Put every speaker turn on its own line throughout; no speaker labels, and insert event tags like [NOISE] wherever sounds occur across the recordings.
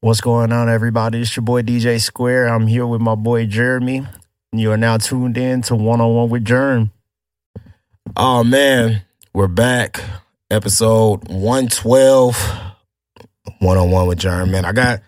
What's going on, everybody? It's your boy DJ Square. I'm here with my boy Jeremy. You are now tuned in to One on One with Germ.
Oh man, we're back. Episode 112. One on one with Jerm, man. I got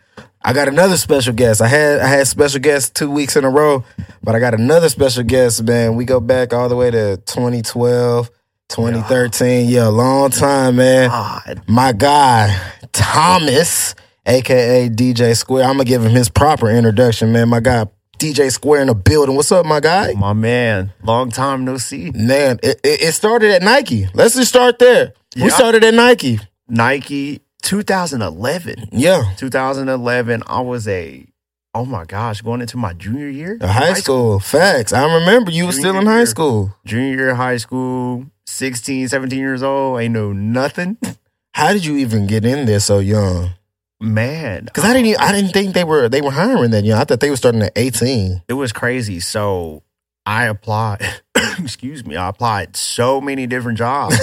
I got another special guest. I had I had special guests two weeks in a row, but I got another special guest, man. We go back all the way to 2012, 2013. Yeah, long time, man.
God,
My guy, Thomas, aka DJ Square. I'm gonna give him his proper introduction, man. My guy, DJ Square in the building. What's up, my guy?
my man. Long time no see.
Man, it, it, it started at Nike. Let's just start there.
Yeah.
We started at Nike.
Nike 2011.
Yeah.
2011, I was a, oh my gosh, going into my junior year?
The high school. Facts. I remember you were still in high school.
Junior year of high school, 16, 17 years old. Ain't know nothing. [LAUGHS]
How did you even get in there so young?
Man.
Cause I didn't even, I didn't think they were they were hiring that young. I thought they were starting at 18.
it was crazy. So I applied, [COUGHS] excuse me, I applied so many different
[LAUGHS]
jobs.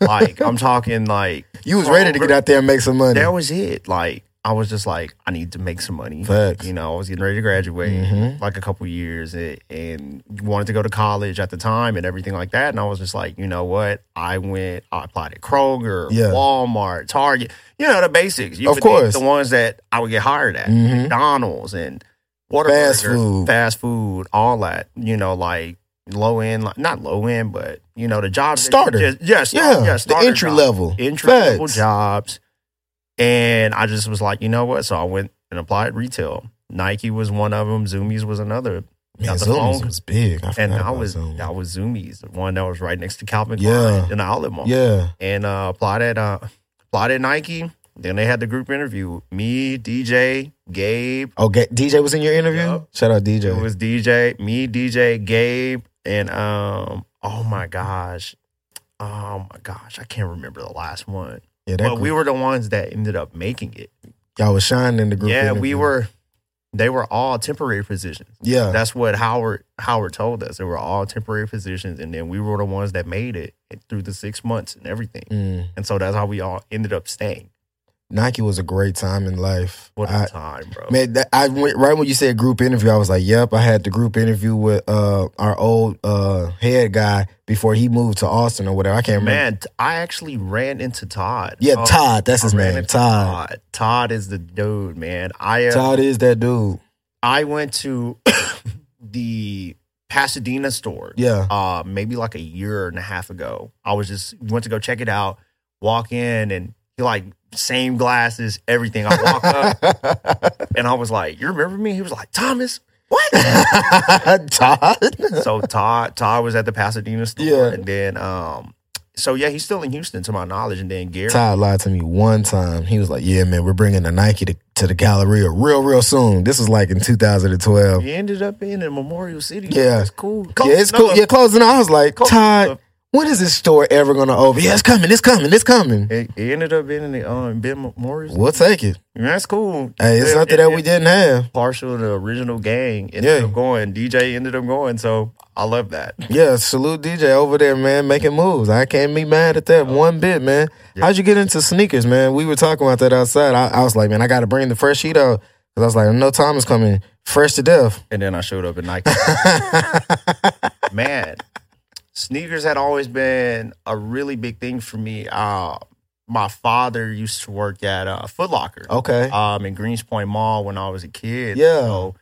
like I'm talking like
[LAUGHS] you was ready to get out there and make some money.
that was it. Like I was just like, I need to make some money.
Facts.
You know, I was getting ready to graduate
Mhm.
like a couple years and, and wanted to go to college at the time and everything like that. And I was just like, you know what? I went, I applied at Kroger,
Yeah.
Walmart, Target, you know, the basics. You
Of
would think
course.
The ones that I would get hired at.
Mhm.
McDonald's and Whataburger,
Fast food.
fast food, all that. You know, like low end, like, not low end, but you know the jobs. that-
Starter.
Yes, yes,
Yeah.
yes.
the
starter
entry
jobs.
level.
entry level
Facts.
jobs. And I just was like, you know what? So I went and applied retail. Nike was one of them. Zoomies was another.
Man,
Got the
Zoomies
phone.
was big. I
And
forgot
I
about
was
Zoom.
that was Zoomies, the one that was right next to Calvin
Yeah.
Klein in the outlet mall
Yeah.
and uh, applied at uh, applied at Nike. Then they had the group interview. Me, DJ, Gabe.
Okay. DJ was in your interview?
Yup.
Shout out DJ.
It was DJ, me, DJ, Gabe, and um. Oh my gosh, oh my gosh, I can't remember the last one.
yeah, that
But we
group-
were the ones that ended up making it.
y'all was shining in the group.
yeah, we
interview.
were. They were all temporary positions.
Yeah.
That's what Howard Howard told us. They were all temporary positions, and then we were the ones that made it through the six months and everything.
Mm.
And so that's how we all ended up staying.
Nike was a great time in life.
What a
I,
time, bro.
man, that, I went right when you said group interview. I was like, "Yep." I had the group interview with uh, our old uh, head guy before he moved to Austin or whatever. I can't remember.
Man, t- I actually ran into Todd.
yeah,
Oh,
Todd. That's his
I ran
name.
into
Todd.
Todd. Todd is the dude, man. I uh,
Todd is that dude.
I went to [COUGHS] the Pasadena store.
Yeah.
Uh, maybe like a year and a half ago. I was just went to go check it out. Walk in and he like same glasses, everything. I walk
[LAUGHS]
up and I was like, "You remember me?" He was like, "Thomas." What?
[LAUGHS] Todd.
so Todd Todd was at the Pasadena store,
Yeah.
and then um, so yeah, he's still in Houston to my knowledge, and then Gary.
Todd lied to me one time. He was like, "Yeah, man, we're bringing the Nike to, to the Galleria real, real soon." This was like in 2012. Yeah,
He ended up being in Memorial City.
Yeah.
it's cool.
it's
Close
cool.
enough.
Yeah, closing. I was like,
Close
Todd,
enough.
when is this store ever gonna over? Yeah, it's coming. It's coming. It's coming.
It, it ended up being in the um, Ben Memorial.
We'll take it.
Yeah, That's cool.
Hey, it's
And-
something
and-
that we didn't have.
and Partial to the original gang ended
Yeah.
up going. DJ ended up going, so I love that.
Yeah, salute DJ over there, man, making moves. I can't be mad at that one bit, man. How'd you get into sneakers, man? We were talking about that outside. I, I was like, man, I got to bring the fresh heat out because I was like, I know Tom is coming fresh to death.
And then I showed up in
[LAUGHS]
Nike. Man, sneakers had always been a really big thing for me. Uh, my father used to work at uh, Foot Locker.
Okay.
um, in Greenspoint Mall when I was a kid.
Yeah.
So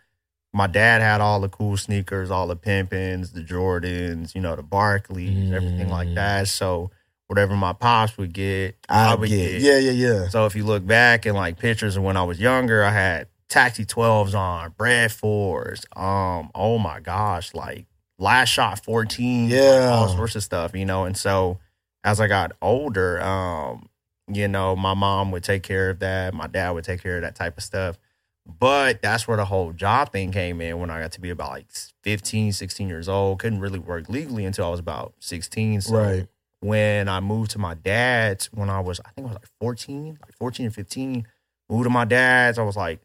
my dad had all the cool sneakers, all the Pimpins, the Jordans, you know, the Barclays, everything like
Mm.
that. So whatever my pops would get, I,
I
would get.
get. Yeah, yeah, yeah.
So if you look back and like pictures of when I was younger, I had Taxi 12s on, Brad Fours, um, oh my gosh, like Last Shot 14, like,
Yeah.
all sorts of stuff, you know. And so as I got older, um, you know, my mom would take care of that, my dad would take care of that type of stuff. But that's where the whole job thing came in when I got to be about like 15, 16 years old. Couldn't really work legally until I was about 16. So
Right.
when I moved to my dad's when I was, I think I was like 14, like 14 and 15, moved to my dad's. I was like,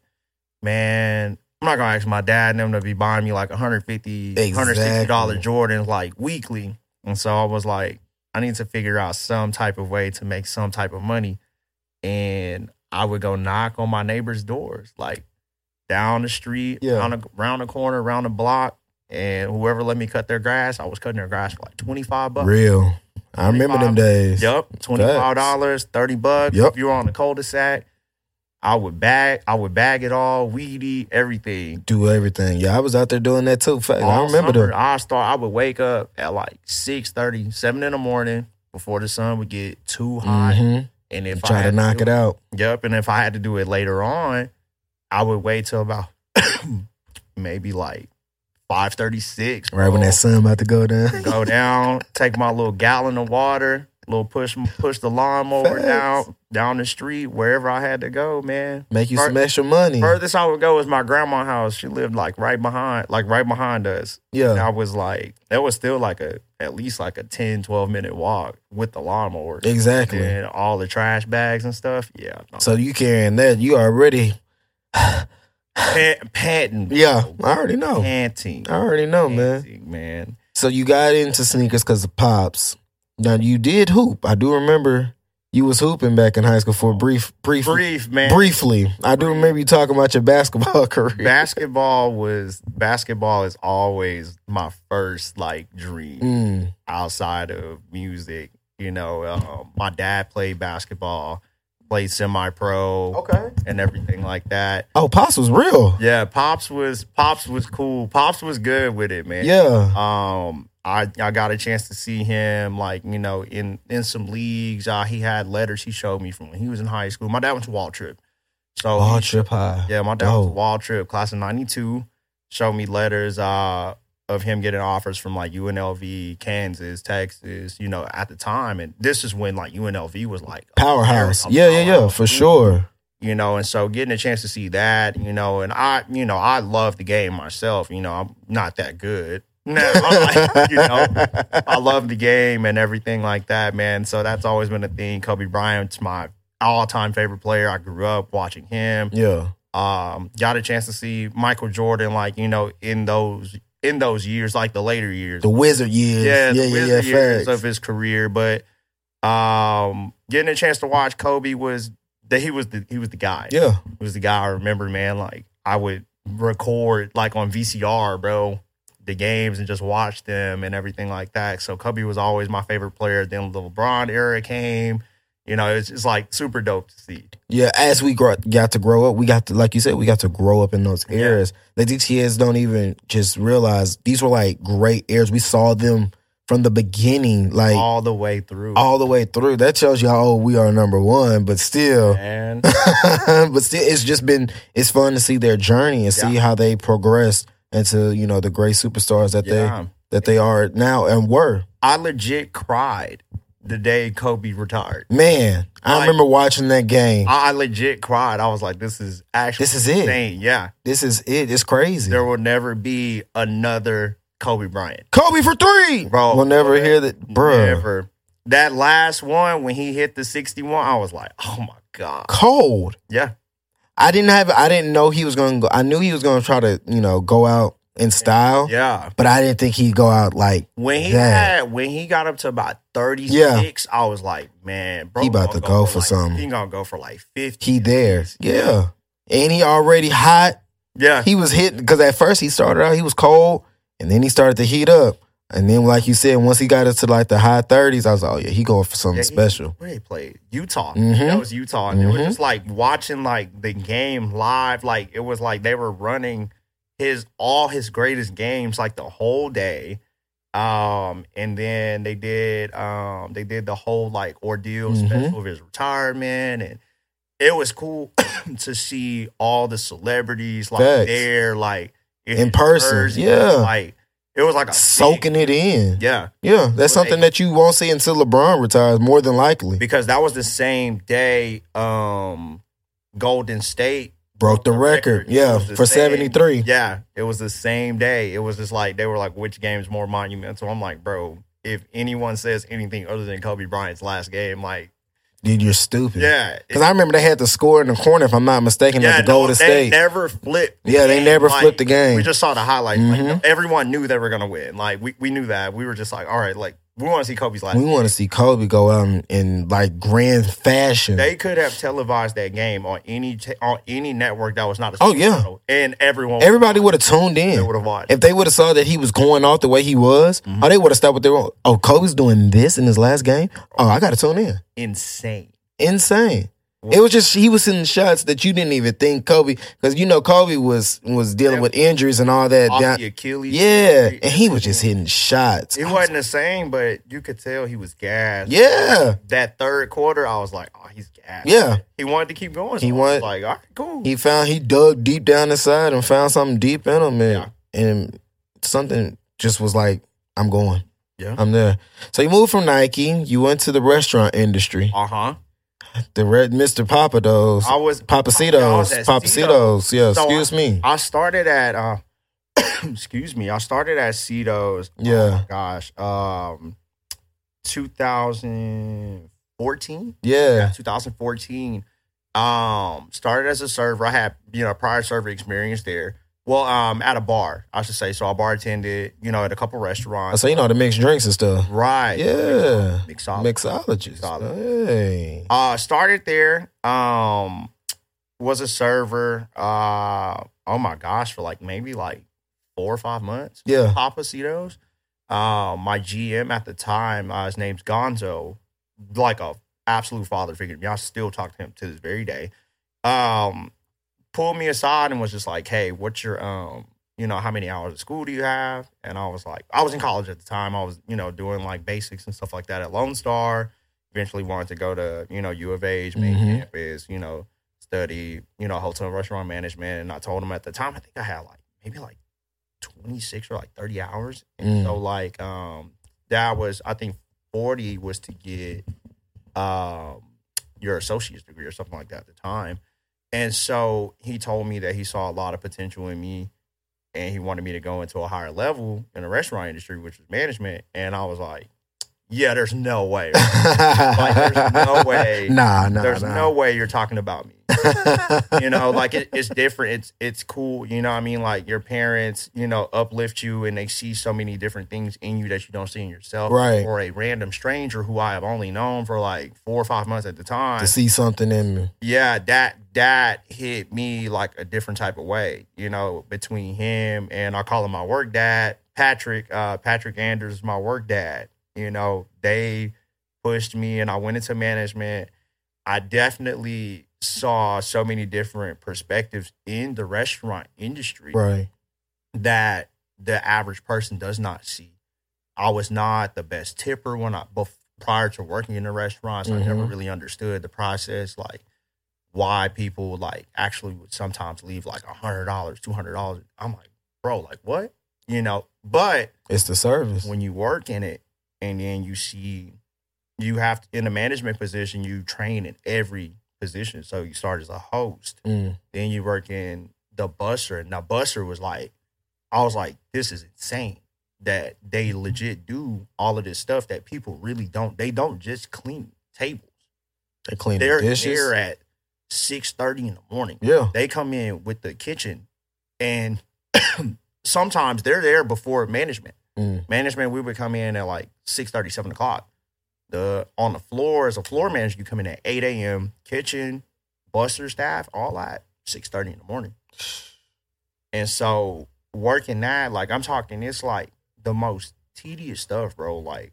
man, I'm not gonna ask my dad and them to be buying me like 150, $160
Exactly.
Jordans like weekly. And so I was like, I need to figure out some type of way to make some type of money. And I would go knock on my neighbors' doors, like down the street,
Yeah.
down the, around the corner, around the block, and whoever let me cut their grass, I was cutting their grass for like twenty five bucks.
Real. I remember them
25.
days.
Yep, twenty five dollars, thirty bucks.
Yep.
If you were on the cul-de-sac, I would bag, I would bag it all, weedy, everything.
Do everything. Yeah, I was out there doing that too. Fact, I
All
remember
summer,
them.
I start. I would wake up at like 6 7 in the morning before the sun would get too hot.
Mhm.
And
And
if I
Try
had
to knock
do
it out.
Yep. And if I had to do it later on, I would wait till about [COUGHS] maybe like five thirty six.
Right when that sun about to go
[LAUGHS]
down.
go down, take my little gallon of water, little push push the lawnmower
Facts.
down down the street wherever I had to go, man.
Make you
Fur-
some extra money.
Furthest I would go was my grandma's house. She lived like right behind, like right behind us. And
Yeah.
I was like, that was still like a at least like a 10, 12 minute walk with the lawnmower.
Exactly.
And all the trash bags and stuff. Yeah.
So you carrying that, you already [LAUGHS]
Pant- panting.
Yeah, I already know.
Panting.
I already know, man.
Panting, man.
So you got into sneakers because of pops. Now you did hoop. I do remember you was hooping back in high school for a brief brief
Brief, man.
briefly. I do remember you talking about your basketball [LAUGHS] career.
Basketball was basketball is always my first like dream
Mm,
outside of music. You know, um, my dad played basketball, played semi pro,
Okay.
and everything like that.
Oh, pops was real.
Yeah, pops was pops was cool. Pops was good with it, man.
Yeah.
Um, I I got a chance to see him like you know in in some leagues. Uh, he had letters he showed me from when he was in high school. My dad went to Wall Trip, so
All
he-
Oh, trip high.
yeah, my dad was
Dope.
a Wall Trip class of '92. Showed me letters uh of him getting offers from like UNLV, Kansas, Texas. You know, at the time, and this is when like UNLV was like
Powerhouse.
a
Yeah, yeah, yeah,
powerhouse. [LAUGHS]
for sure.
you know, and so getting a chance to see that, you know, and I, you know, I love the game myself. You know, I'm not that good. [LAUGHS] No, you know, I love the game and everything like that, man. So that's always been a thing. Kobe Bryant's my all-time favorite player. I grew up watching him.
[LAUGHS] Yeah.
Um, got a chance to see Michael Jordan, like you know, in those in those years, like the later years,
The wizard years.
yeah,
Yeah,
the
yeah, yeah.
Wizard years
Facts.
of his career. But um, getting a chance to watch Kobe was that he was the he was the guy
yeah.
was the guy I remember, man. Like I would record like on VCR, bro, the games and just watch them and everything like that. So Kobe was always my favorite player. Then the LeBron era came. You know, it's just like super dope to see.
Yeah, as we grow, got to grow up, we got to, like you said, we got to grow up in those
Yeah.
eras. The DTS don't even just realize these were like great eras. We saw them from the beginning, like all,
all the way through.
the way through. That tells you how old we are, number one, but still,
man.
[LAUGHS] but still, it's just been, it's fun to see their journey and see how they progressed into, you know, the great superstars that they,
yeah.
that they are now and were.
I legit cried the day Kobe retired.
Man, I
Like-
remember watching that game.
I legit cried. I was like, this is actually
This is it.
insane. Yeah.
This is it. It's crazy.
There will never be another Kobe Bryant.
Kobe for three.
Bro,
we'll never
bro,
hear that, bro.
Never. That last one when he hit the 61, I was like, oh my God.
Cold.
Yeah.
I didn't have. I didn't know he was going to go. I knew he was going to try to, you know, go out in style,
Yeah.
but I didn't think he'd go out like
When he
That.
had when he got up to about 36, I was like, man, bro.
He about
gonna
to go for
like,
something.
He gonna go for like 50.
he there. Yeah, and he already hot.
Yeah.
He was hit because at first he started out he was cold, and then he started to heat up, and then like you said, once he got into like the high thirties, I was like, oh yeah, he going for something
Yeah, he-
special.
Where they played? Utah.
Mhm.
That was Utah. And it was
Mhm.
just like watching like the game live. Like it was like they were running his all his greatest games like the whole day. Um, and then they did um they did the whole like ordeal
Mhm.
special of his retirement and it was cool [COUGHS] to see all the celebrities like
Facts.
there, like
In person,
jersey,
yeah.
Like it was like a big-
Soaking it in.
yeah.
Yeah, that's
Well,
something
they-
that you won't see until LeBron retires, more than likely.
because that was the same day um Golden State
Broke the record.
It
Yeah,
was the
for
same-
73.
Yeah, it was the same day. It was just like they were like, which game's more monumental? I'm like, bro, if anyone says anything other than Kobe Bryant's last game, like,
Dude, you're stupid.
yeah,
Because I remember they had the score in the corner, if I'm not mistaken,
yeah,
at the
no,
Golden
they
State.
never flipped. the
yeah, they
game,
never
like,
flipped the game.
We just saw the highlight. Like,
Mhm.
everyone knew they were gonna win. Like we, we knew that. We were just like, all right, like We want to see Kobe's last.
We want to see Kobe go out in, in like grand fashion.
They could have televised that game on any t- on any network that was not a
Oh, yeah.
show, and everyone
Everybody would have tuned in.
would have watched.
If they would have saw that he was going off the way he was,
Mm-hmm.
oh, they would have stopped what they were. Oh, Kobe's doing this in his last game. Oh, I got to tune in.
Insane.
Insane. It was just he was sending shots that you didn't even think Kobe, because you know Kobe was was dealing with injuries and all that.
Off
down-
the Achilles.
yeah, and he was just hitting shots.
It wasn't the same, but you could tell he was gassed.
Yeah,
That third quarter, I was like, oh, he's gassed.
yeah.
He wanted to keep going. So I
He
was
wanted-
like, all right, cool.
He found he dug deep down inside and found something deep in him, and, and something just was like, "I'm going,
yeah.
I'm there." So you moved from Nike, you went to the restaurant industry.
Uh huh.
The red Mr. Papados.
I was. I was
Papacitos.
at
Papacitos. Yeah,
So
excuse me.
I started at. uh [COUGHS] Excuse me. I started at Cito's. Oh
Yeah.
Gosh. Um. 2014.
Yeah.
2014. Um, started as a server. I had you know prior server experience there. Well, um, at a bar, I should say. So I bartended, you know, at a couple restaurants.
So you know how to mix drinks and stuff.
Right.
Yeah.
Mixology.
Mixologist.
Mixologist.
Hey.
Uh, started there. Um, was a server. Uh, oh my gosh, for like maybe like four or five months.
Yeah.
Papacitos. Uh, my GM at the time, uh, his name's Gonzo, like a absolute father figure. Y'all still talk to him to this very day. Um, pulled me aside and was just like, "Hey, what's your um, you know, how many hours of school do you have?" And I was like, I was in college at the time. I was you know doing like basics and stuff like that at Lone Star. Eventually wanted to go to you know U of H, main
Mhm.
campus, you know, study you know hotel and restaurant management. And I told him at the time, I think I had like maybe like 26 or like 30 hours. And
Mm.
so like um that was I think 40 was to get um your associate's degree or something like that at the time. And so he told me that he saw a lot of potential in me and he wanted me to go into a higher level in the restaurant industry, which was management. And I was like, Yeah, there's no way.
[LAUGHS]
there's no way.
Nah, nah.
there's
nah.
no way you're talking
[LAUGHS]
about me. you know like it, it's different it's it's cool you know what i mean like your parents you know uplift you and they see so many different things in you that you don't see in yourself
Right.
or a random stranger who i have only known for like four or five months at the time
to see something in me.
yeah that that hit me like a different type of way you know between him and i call him my work dad patrick uh patrick anders is my work dad you know they pushed me and i went into management i definitely saw so many different perspectives in the restaurant industry
Right.
that the average person does not see. I was not the best tipper when I bef- prior to working in the restaurants. I never
Mhm.
really understood the process, like why people like actually would sometimes leave like a hundred dollars, two hundred dollars. I'm like, bro, like what? You know, but
It's the service.
when you work in it and then you see you have in a management position, you train in every position. So you start as a host,
Mm.
then you work in the busser. Now busser was like, I was like, this is insane that they legit do all of this stuff that people really don't. They don't just clean tables.
They clean
They're
the dishes.
there at six thirty in the morning.
yeah.
They come in with the kitchen, and [CLEARS THROAT] sometimes they're there before management.
Mm.
Management, we would come in at like 6 7 o'clock. The on the floor as a floor manager, you come in at 8 a.m. Kitchen, buster staff, all that, six thirty in the morning. And so working that, like I'm talking, it's like the most tedious stuff, bro. Like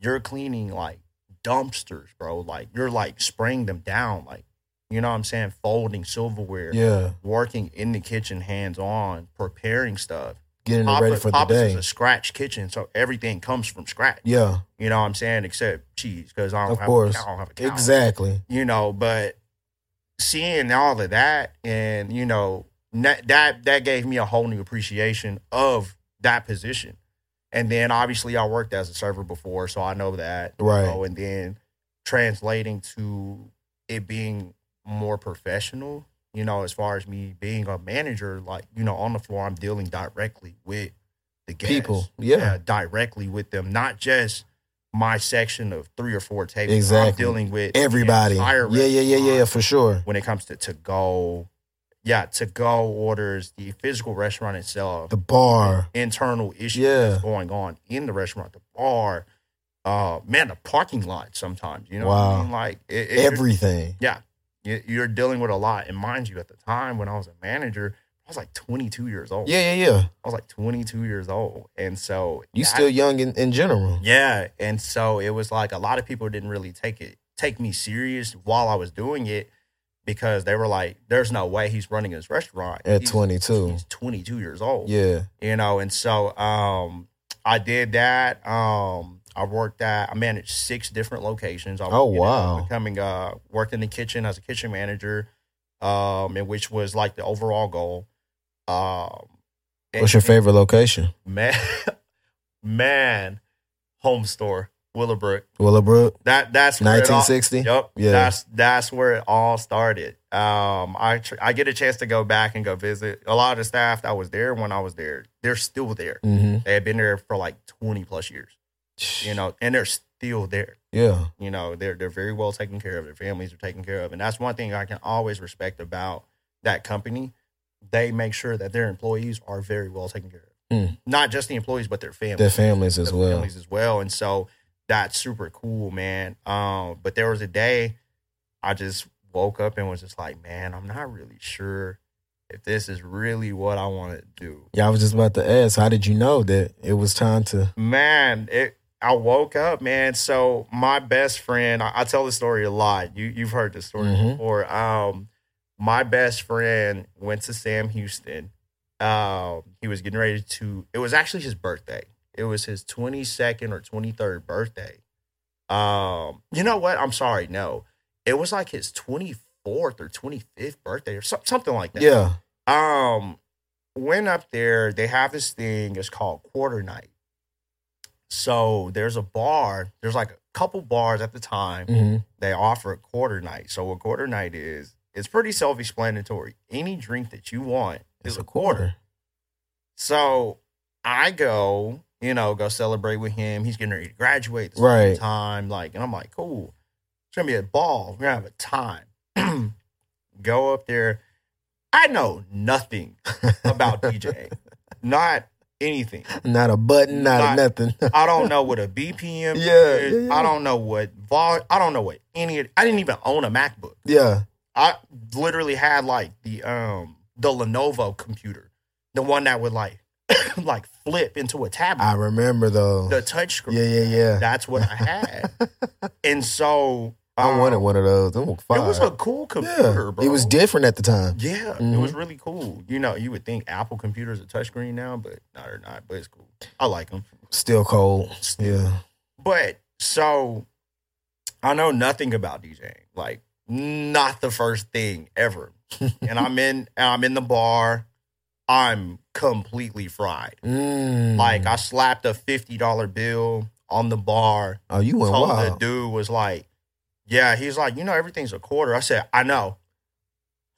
you're cleaning like dumpsters, bro. Like you're like spraying them down, like you know what I'm saying, folding silverware,
Yeah.
working in the kitchen hands on, preparing stuff.
Getting it ready for the
Papa's
day.
is a scratch kitchen, so everything comes from scratch.
Yeah.
You know what I'm saying? Except cheese, because I don't
Of
have
course.
a cow. I don't have a cow.
Exactly.
You know, but seeing all of that, and you know that that that gave me a whole new appreciation of that position. And then obviously I worked as a server before, so I know that. you
Right.
know, and then translating to it being more professional, you know, as far as me being a manager, like, you know, on the floor, I'm dealing directly with the guests
People. Yeah.
uh, directly with them, not just my section of three or four tables.
Exactly.
I'm dealing with the
Everybody.
entire
Yeah, yeah, yeah, yeah,
restaurant
for sure.
When it comes to to go, yeah, to go orders, the physical restaurant itself,
The bar.
internal issues
Yeah.
that's going on in the restaurant, the bar, uh, man, the parking lot sometimes, you know, what I
Wow.
mean? like it, it-
Everything.
you- you're dealing with a lot. And mind you, at the time when I was a manager, I was like 22 years old.
Yeah, yeah, yeah.
I was like 22 years old, and so
You
that-
still young in, in general.
yeah, and so it was like a lot of people didn't really take it take me serious while I was doing it because they were like, "There's no way he's running his restaurant
At
He's-
22.
He's 22 years old."
Yeah.
you know and so um i did that um i worked at i managed six different locations I
Oh,
worked in-
wow.
becoming uh worked in the kitchen as a kitchen manager um and which was like the overall goal um and-
What's your favorite location?
man [LAUGHS] man home store willowbrook
Willowbrook,
that that's where it all-
1960.
Yep.
Yeah.
That's that's where it all started. Um, I tr- I get a chance to go back and go visit a lot of the staff that was there when I was there. They're still there.
Mm-hmm.
They had been there for like twenty plus years, you know, and they're still there.
Yeah.
You know, they're they're very well taken care of. Their families are taken care of, and that's one thing I can always respect about that company. They make sure that their employees are very well taken care of.
Mm.
Not just the employees, but their families
Their families as
the
well.
families as well. And so that's super cool, man. Um, but there was a day I just woke up and was just like, man, I'm not really sure if this is really what I want to do.
Yeah, I was just about to ask, how did you know that it was time to?
Man, it. I woke up, man. So my best friend, I, I tell this story a lot. You you've heard this story
Mhm.
before. Um, my best friend went to Sam Houston. Um, he was getting ready to. It was actually his birthday. It was his twenty second or twenty third birthday. Um, you know what? I'm sorry. No, it was like his twenty fourth or twenty fifth birthday or so, something like that.
Yeah.
Um, went up there. They have this thing. It's called Quarter Night. So there's a bar. There's like a couple bars at the time.
hmm
They offer a quarter night. So what quarter night is? It's pretty self-explanatory. Any drink that you want is a quarter. So I go, you know, go celebrate with him. He's getting ready to graduate. This
Right.
time. Like, and I'm like, cool. It's gonna be a ball. We're gonna have a time. [CLEARS THROAT] Go up there. I know nothing [LAUGHS] about DJing. Not anything.
Not a button, not, a nothing. [LAUGHS]
I don't know what a BPM
Yeah,
is.
yeah, yeah.
I don't know what vol. I don't know what any. of- I didn't even own a MacBook.
yeah.
I literally had like the um the Lenovo computer, the one that would like [COUGHS] like flip into a tablet,
I remember though.
the touch screen.
Oh, yeah, yeah, yeah.
That's what I
[LAUGHS]
had. and so
I
um,
wanted one of those. Them were
It was a
fire.
cool
yeah.
computer, bro.
It was different Mm-hmm. at the time.
Yeah, it was really cool. You know, you would think Apple computers are touchscreen now, but no, they're not. But it's cool. I like them.
Still cold. Yeah.
But so I know nothing about DJing. Like not the first thing ever. and I'm in and I'm in the bar. I'm completely fried.
Mm.
Like I slapped a fifty dollar bill on the bar.
oh, you went
Told the
wild.
dude was like, "Yeah." He's like, "You know, everything's a quarter." I said, "I know."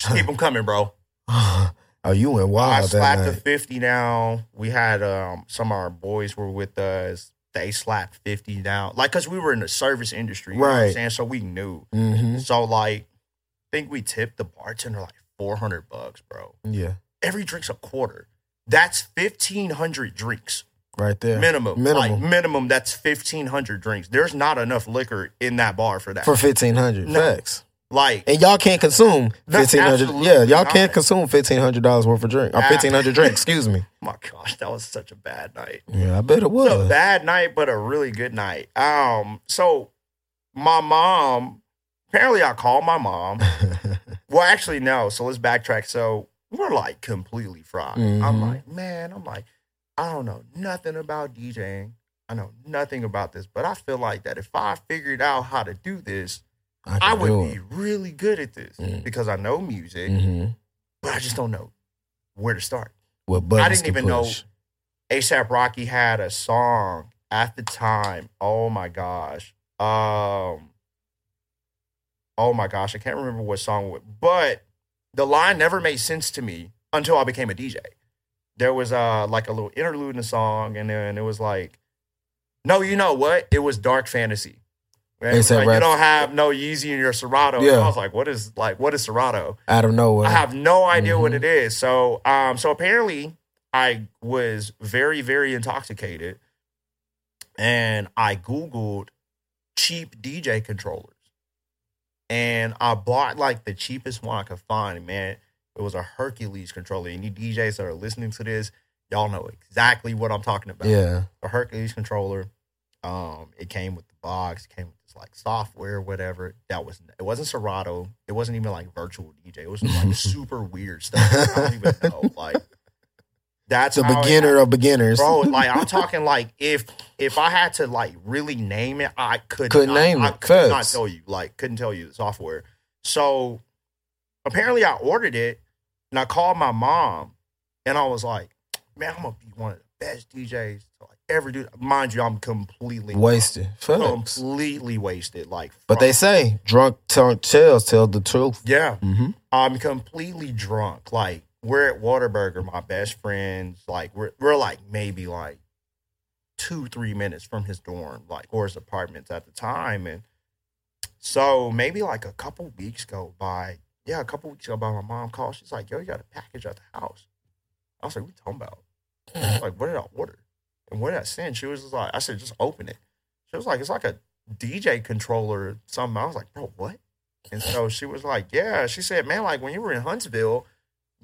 Just keep them coming, bro.
[SIGHS] oh, you went wild.
I
that
slapped a
night.
fifty down. We had um, some of our boys were with us. They slapped fifty down, like because we were in the service industry, you know what I'm
Right.
saying so we knew.
hmm
So like, I think we tipped the bartender like four hundred bucks, bro.
Yeah.
Every drink's a quarter. That's fifteen hundred drinks
Right there.
minimum.
Minimum.
Like, minimum. That's fifteen hundred drinks. There's not enough liquor in that bar for that.
For 1500
No.
Facts.
like
And y'all can't consume
No,
fifteen hundred.
absolutely
Yeah, y'all
not.
can't consume fifteen hundred dollars worth of drink or
Ah.
fifteen hundred drinks.
[LAUGHS]
Excuse me.
my gosh, that was such a bad night.
Yeah, I bet it
It was a
was.
bad night, but a really good night. Um, so my mom, apparently I called my
[LAUGHS]
mom. Well, actually, no. So let's backtrack. So we're like completely fried. I'm
Mhm.
like, man, I'm like, I don't know nothing about DJing. I know nothing about this, but I feel like that if I figured out how to do this, I
can do
would be really good at this
Mm.
because I know music,
Mhm.
but I just don't know where to start.
What buttons
I didn't
can
even know-
push.
ASAP Rocky had a song at the time. Oh my gosh. Um Oh my gosh, I can't remember what song it was, but the line never made sense to me until I became a DJ. There was uh like a little interlude in the song and then it was like No, you know what? It was Dark Fantasy. Man, it was
ASAP
like, you
Rocky.
don't have no Yeezy in your Serato. And
Yeah.
I was like, what is like what is Serato?
Out of nowhere.
I have no idea what
Mhm.
it is. So um so apparently I was very, very intoxicated and I Googled cheap DJ controllers. And I bought like the cheapest one I could find, man. It was a Hercules controller. Any DJs that are listening to this, y'all know exactly what I'm talking about
yeah.
a Hercules controller. Um, it came with the box, it came with this like software, whatever. That was it wasn't Serato. It wasn't even like virtual DJ. It was just, like super weird stuff. I don't even know. Like that's
It's a
how it-
beginner of beginners.
bro.
[LAUGHS]
Like I'm talking like if if I had to like really name it, I could not,
Couldn't name
I
it.
could not
Facts.
tell you. Like couldn't tell you the software. So apparently, I ordered it and I called my mom and I was like, "Man, I'm gonna be one of the best DJs to like ever do." Mind you, I'm completely
Wasted. Facts.
completely wasted. Like,
But they
from-
say drunk t- tales tell the truth.
yeah.
Mm-hmm.
I'm completely drunk. Like we're at Waterburger, my best friends. Like we're we're like maybe like two three minutes from his dorm, like or his apartments at the time, and so maybe like a couple weeks go by. Yeah, a couple weeks go by. My mom calls. She's like, "Yo, you got a package at the house." I was like, "What you talking about?" I was like, "What did I order?" And what did I send? She was just like, "I said, just open it." She was like, "It's like a DJ controller, or something." I was like, "Bro, what?" And so she was like, Yeah. She said, Man, like when you were in Huntsville,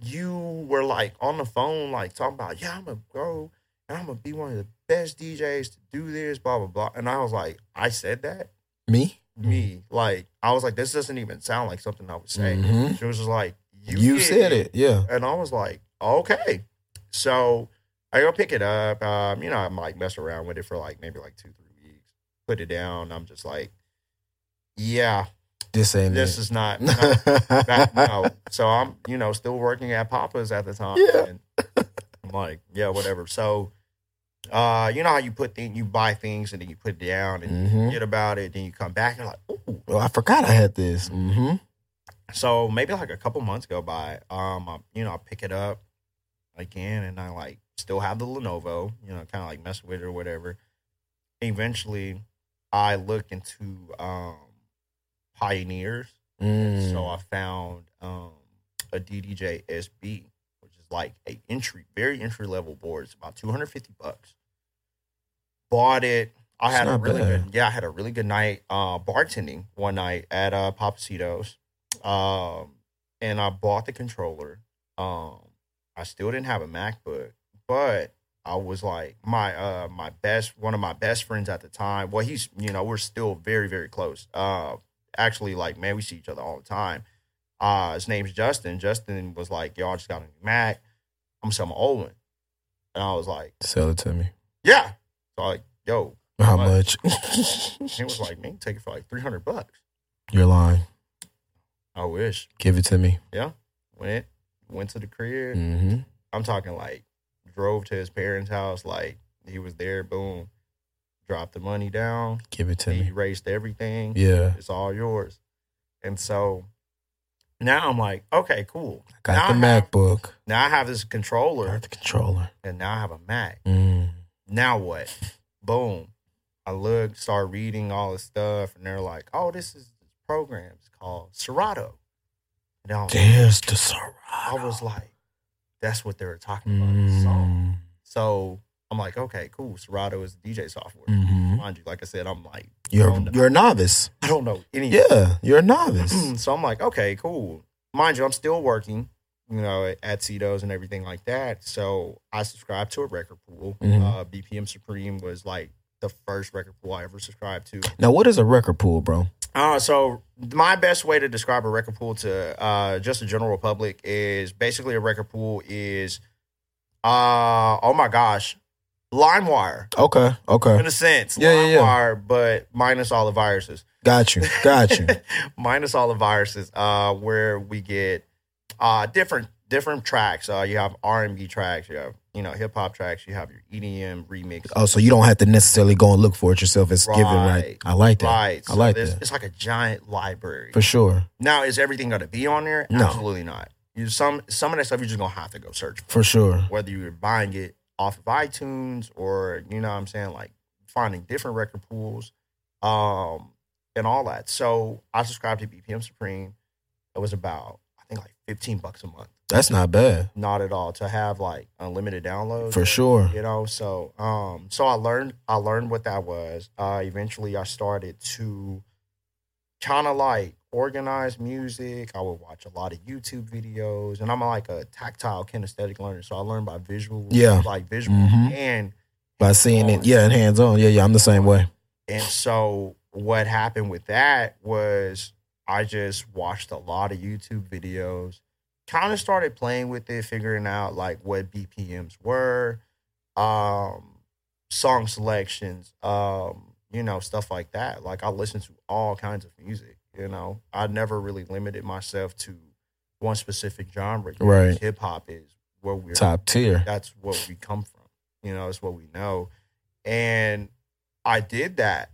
you were like on the phone, like talking about, Yeah, I'm gonna go and I'm gonna be one of the best DJs to do this, blah, blah, blah. And I was like, I said that?
Me?
Me. Like, I was like, This doesn't even sound like something I would say.
Mhm.
She was just like,
You,
You, did
said it. Yeah.
and I was like, okay. So I go pick it up. Um, you know, I'm like mess around with it for like maybe like two, three weeks. Put it down. I'm just like, yeah,
This ain't
this
it.
is
[LAUGHS]
not, not back out. So I'm, you know, still working at Papa's at the time.
Yeah.
And I'm like, yeah, whatever. So, uh, you know how you put things, you buy things and then you put it down and you
Mhm.
forget about it. Then you come back and you're like, ooh.
Well, I forgot I had this. Mm-hmm.
So maybe like a couple months go by. Um, I, you know, I pick it up again and I like still have the Lenovo, you know, kind of like mess with it or whatever. Eventually, I looked into um, Pioneers.
Mm.
So I found um, a DDJ SB, which is like a entry, very entry level board. It's about 250 bucks. Bought it. I
It's
had a
not
really
bad.
good, yeah, I had a really good night uh, bartending one night at uh, Papacitos. Um, and I bought the controller. Um, I still didn't have a MacBook, but I was like my uh my best one of my best friends at the time. Well, he's you know we're still very very close. Uh, actually like man we see each other all the time. Uh, his name's Justin. Justin was like, "Yo, I just got a new Mac. I'm selling my old one," and I was like,
Sell it to me.
"Yeah." So I like, "Yo,"
How
What?
much?
he was like, "Man, you can take it for like 300 bucks."
[LAUGHS] You're lying.
I wish.
Give it to me.
Went went to the crib.
Mm-hmm.
I'm talking like drove to his parents' house, like he was there, boom, dropped the money down,
Give it to
he
me.
erased everything.
Yeah.
It's all yours. And so now I'm like, okay, cool.
Got the
Now I have-
MacBook.
Now I have this controller
Got the controller.
and now I have a Mac.
Mm.
Now what? Boom. I look, start reading all this stuff, and they're like, oh, this is this program. It's called Serato. And I was,
There's the Serato.
I was like, that's what they were talking about. in the song.
Mm.
So I'm like, okay, cool. Serato is DJ software.
Mhm.
Mind you, like I said, I'm like, [LAUGHS]
You're
don't know-
you're a novice.
I don't know anything.
Yeah, you're a
[CLEARS THROAT]
novice.
so I'm like, okay, cool. Mind you, I'm still working, you know, at Cedos and everything like that. So I subscribed to a record pool.
Mhm.
Uh, BPM Supreme was like the first record pool I ever subscribed to.
Now, what is a record pool, bro?
Uh, so my best way to describe a record pool to uh, just the general public is basically a record pool is, uh, oh my gosh, LimeWire.
Okay, okay,
in a sense.
Yeah, yeah, yeah.
LimeWire, but minus all the viruses.
got you, got you.
[LAUGHS] minus all the viruses. Uh, where we get uh different different tracks. Uh, you have R and B tracks. You have you know hip hop tracks. You have your EDM remix.
Oh, so you don't have to necessarily go and look for it yourself. It's given, right?
Right.
I like that.
Right.
I like
there's-
that.
It's like a giant library.
For sure,
Now, is everything going to be on there?
No.
Absolutely not. You some some of that stuff you're just gonna have to go search for.
for sure.
Whether you're buying it off of iTunes or you know what I'm saying like finding different record pools. Um, and all that. So I subscribed to BPM Supreme. It was about I think like fifteen bucks a month.
That's not bad
Not at all to have like unlimited downloads
for sure.
you know so um so i learned i learned what that was uh eventually i started to kind of like organize music i would watch a lot of youtube videos and i'm like a tactile kinesthetic learner so i learned by visual
Yeah.
like visual
Mhm.
and
By seeing it, yeah, and hands on, yeah, yeah. I'm the same way.
and so what happened with that was I just watched a lot of YouTube videos, kind of started playing with it, figuring out like what BPMs were, um, song selections, um, you know, stuff like that. Like I listened to all kinds of music, you know. I never really limited myself to one specific genre.
Right.
Hip hop is where we're
Top tier.
that's what we come from. You know, that's what we know. And I did that.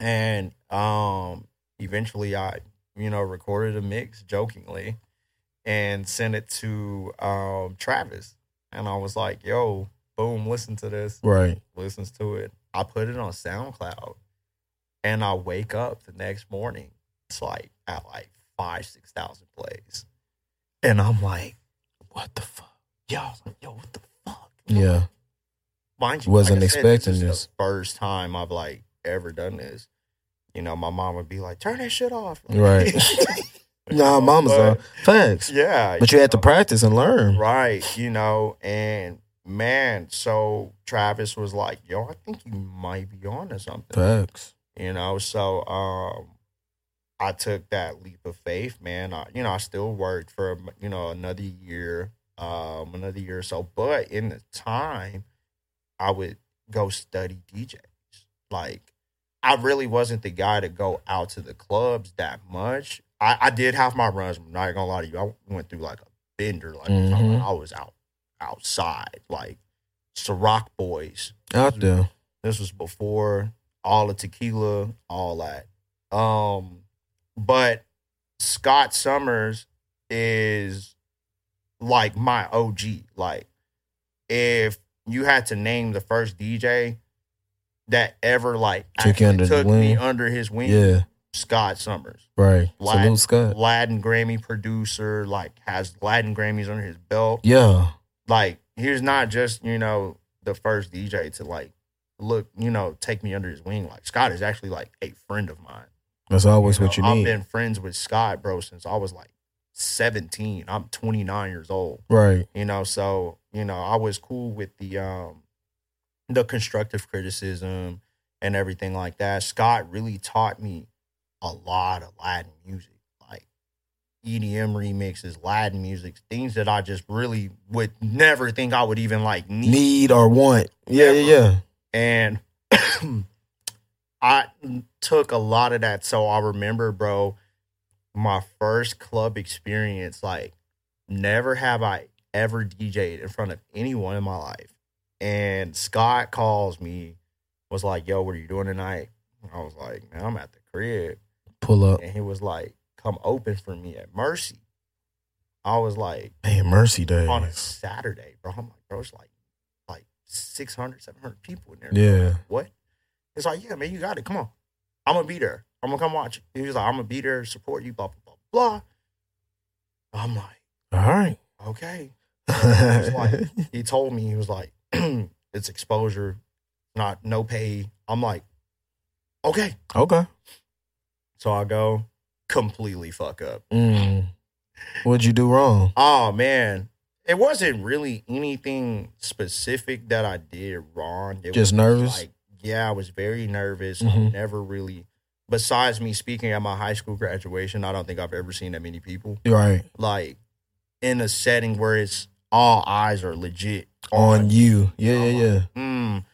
And um eventually I, you know, recorded a mix jokingly and sent it to um Travis. And I was like, yo, boom, listen to this
Right.
listens to it. I put it on SoundCloud, and I wake up the next morning. It's like at like five, six thousand plays, and I'm like, "What the fuck?" Yo, I was like, "Yo, what the fuck?"
Yeah.
mind you,
Wasn't
like I said, this
expecting
is
this.
The first time I've like ever done this. You know, my mom would be like, "Turn that shit off." [LAUGHS]
Right. Nah, mama's
But-
on facts.
Yeah,
But you had to practice and learn.
Right, you know, and man, so Travis was like, "Yo, I think you might be on to something."
Facts.
you know so um i took that leap of faith man I, you know i still worked for um, you know another year um another year or so but in the time i would go study djs like i really wasn't the guy to go out to the clubs that much i, I did have my runs i'm not gonna lie to you i went through like a bender like
Mhm.
i was out outside like Ciroc boys
Out there.
this was before all the tequila, all that. Um, but Scott Summers is like my OG. Like, if you had to name the first DJ that ever like
Took
actually
you under the
took me
wing.
under his wing,
Yeah.
Scott Summers.
Right.
Like-
Salute Scott.
Latin Grammy producer, like has Latin Grammys under his belt
Yeah.
like he's not just you know the first DJ to like look you know take me under his wing. Like Scott is actually like a friend of mine.
That's always what you
know, I've
need.
been friends with Scott, bro, since I was like seventeen. I'm twenty nine years old.
Right.
You know, so you know I was cool with the um the constructive criticism and everything like that. Scott really taught me a lot of Latin music, like EDM remixes, Latin music, things that I just really would never think I would even like need.
Need or want. Yeah, yeah, yeah.
And [CLEARS THROAT] I took a lot of that. So I remember, bro, my first club experience, like, never have I ever DJ'd in front of anyone in my life. And Scott calls me, was like, yo, what are you doing tonight? I was like, man, I'm at the crib
Pull up.
and he was like, "Come open for me at Mercy." I was like,
Man, Mercy
on a
Days.
Saturday, bro. I'm like, bro, it's like like 600, 700 people in there.
Yeah.
What? It's like, yeah, man, you got it. Come on, I'm gonna be there. I'm gonna come watch. He was like, I'm gonna be there, support you, blah blah blah blah. I'm like,
All right. [LAUGHS]
okay. was like- He told me he was like, [CLEARS THROAT] it's exposure, not no pay. I'm like, okay.
okay.
So I go completely fuck up.
Mm. What'd you do wrong?
Oh man, it wasn't really anything specific that I did wrong. It was
Just nervous?
Like, yeah, I was very nervous. I
Mhm.
never really, besides me speaking at my high school graduation, I don't think I've ever seen that many people
Right.
like in a setting where it's all eyes are legit
On you. Yeah,
I'm
yeah,
Mm,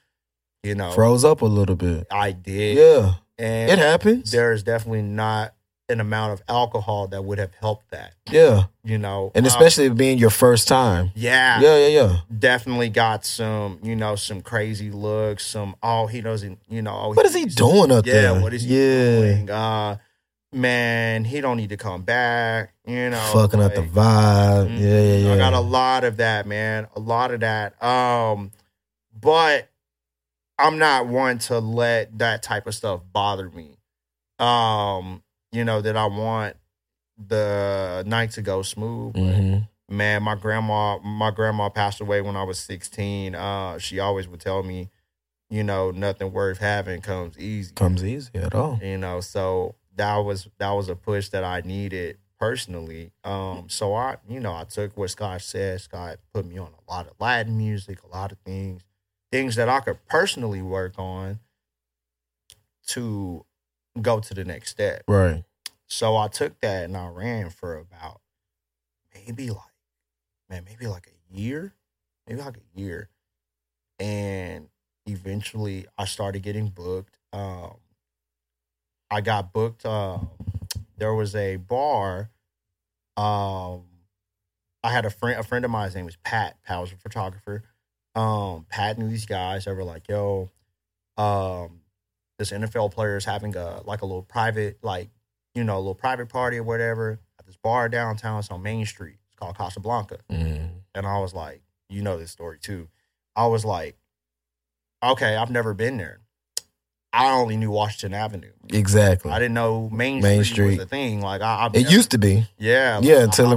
you know,
yeah. Froze up a little bit.
I did,
Yeah.
and
It happens.
there is definitely not an amount of alcohol that would have helped that.
Yeah.
You know,
And
Um,
especially being your first time.
yeah,
Yeah, yeah, yeah.
definitely got some, you know, some crazy looks, some oh he doesn't, you know, oh,
What is he
he's-
doing up
yeah,
there?
what is he
yeah.
doing? Uh man, he don't need to come back, you know.
Fucking up the
like,
vibe.
mm,
Yeah, yeah, yeah.
I got a lot of that, man. A lot of that. Um but I'm not one to let that type of stuff bother me. um, you know, that I want the night to go smooth. But
hmm
man, my grandma, my grandma passed away when I was 16. Uh, she always would tell me, you know, nothing worth having comes easy.
Comes easy at all.
You know, so that was that was a push that I needed personally. Um, so I, you know, I took what Scott said. Scott put me on a lot of Latin music, a lot of things, things that I could personally work on to go to the next step.
Right.
So I took that and I ran for about maybe like man, maybe like a year, maybe like a year, and eventually I started getting booked. Um, I got booked. Uh, there was a bar. Um, I had a friend. A friend of mine. His name was Pat. Pat was a photographer. Um, Pat knew these guys. They were like, "Yo, um, this NFL player is having a like a little private like." you know, a little private party or whatever at this bar downtown. It's on Main Street. It's called Casablanca.
Mm.
And I was like, you know this story too. I was like, okay, I've never been there. I only knew Washington Avenue.
Exactly.
I didn't know Main,
Main
Street,
Street.
was a thing. Like I, I've
it
never-
used to be.
yeah, like,
Yeah,
I-
until it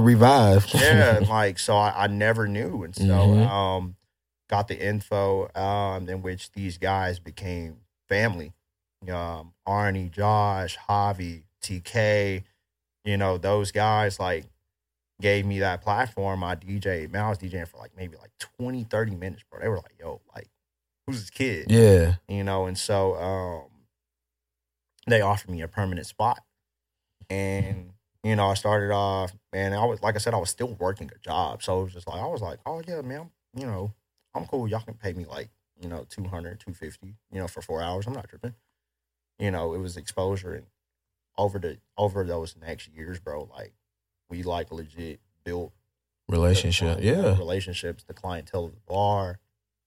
[LAUGHS]
revived.
yeah, and, like so I, I never knew, and so
Mhm.
um, got the info um, in which these guys became family. Um, Arnie, Josh, Javi, TK, you know those guys like gave me that platform. I DJ, man, I was DJing for like maybe like 20, 30 minutes, bro. They were like, "Yo, like, who's this kid?"
[LAUGHS] yeah.
you know and so um they offered me a permanent spot and you know i started off and i was like i said i was still working a job so it was just like i was like oh yeah man I'm, you know i'm cool y'all can pay me like you know 200 250 you know for four hours i'm not tripping you know it was exposure and over the over those next years bro like we like legit built
Relationship.
the-
Yeah.
relationships, the clientele of the bar,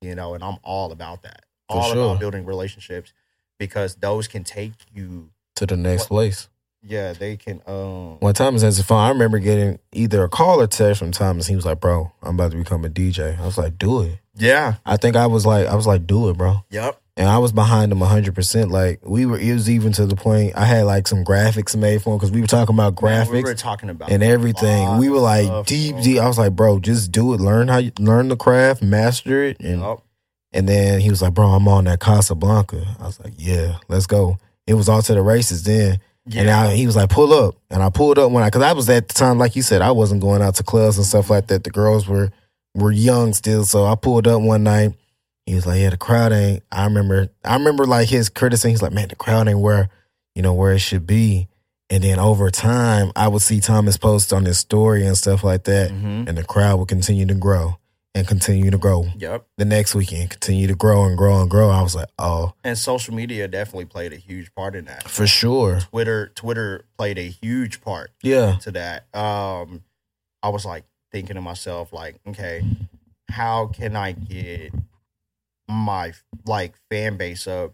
you know, and I'm all about that.
For
all
sure.
about building relationships because those can take you.
To the next
What-
place.
Yeah, they can. Um,
When Thomas answered the phone, I remember getting either a call or text from Thomas. He was like, "Bro, I'm about to become a DJ." I was like, "Do it."
Yeah.
I think I was like, "I was like, do it, bro."
Yep.
and I was behind him 100%. Like, we were, it was even to the point I had like some graphics made for him because we were talking about
Man, we
graphics
were talking about
and
a
everything.
lot
We were
of
like
stuff,
deep,
bro.
deep. I was like, bro, just do it. Learn how you learn the craft, master it. And,
Yep.
and then he was like, bro, I'm on that Casablanca. I was like, yeah, let's go. It was all to the races then. And
Yeah.
I, he was like, pull up. And I pulled up when I, cause I was at the time, like you said, I wasn't going out to clubs and stuff like that. The girls were, were young still. So I pulled up one night. He was like, yeah, the crowd ain't, I remember, I remember like his criticism. He's like, man, the crowd ain't where, you know, where it should be. And then over time, I would see Thomas post on his story and stuff like that.
Mhm.
And the crowd would continue to grow and continue to grow.
Yep.
The next weekend, continue to grow and grow and grow. I was like, oh,
And social media definitely played a huge part in that.
for sure.
Twitter, Twitter played a huge part
Yeah.
to that. Um, I was like thinking to myself, like, okay, how can I get my like fan base up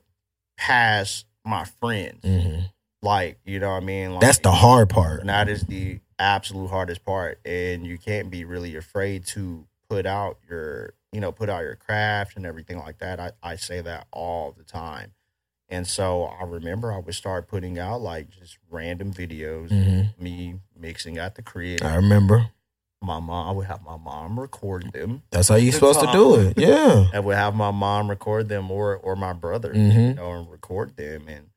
past my friends?
hmm
Like, you know what I mean? Like,
That's the hard part.
and that is the absolute hardest part, and you can't be really afraid to put out your, you know, put out your craft and everything like that. I, I say that all the time, and so I remember I would start putting out like just random videos,
hmm
me mixing at the crib,
I remember.
my mom I would have my mom record them.
That's how you're
Good
supposed to
time.
do it. Yeah.
I would have my mom record them or or my brother
hmm
you know, and record them and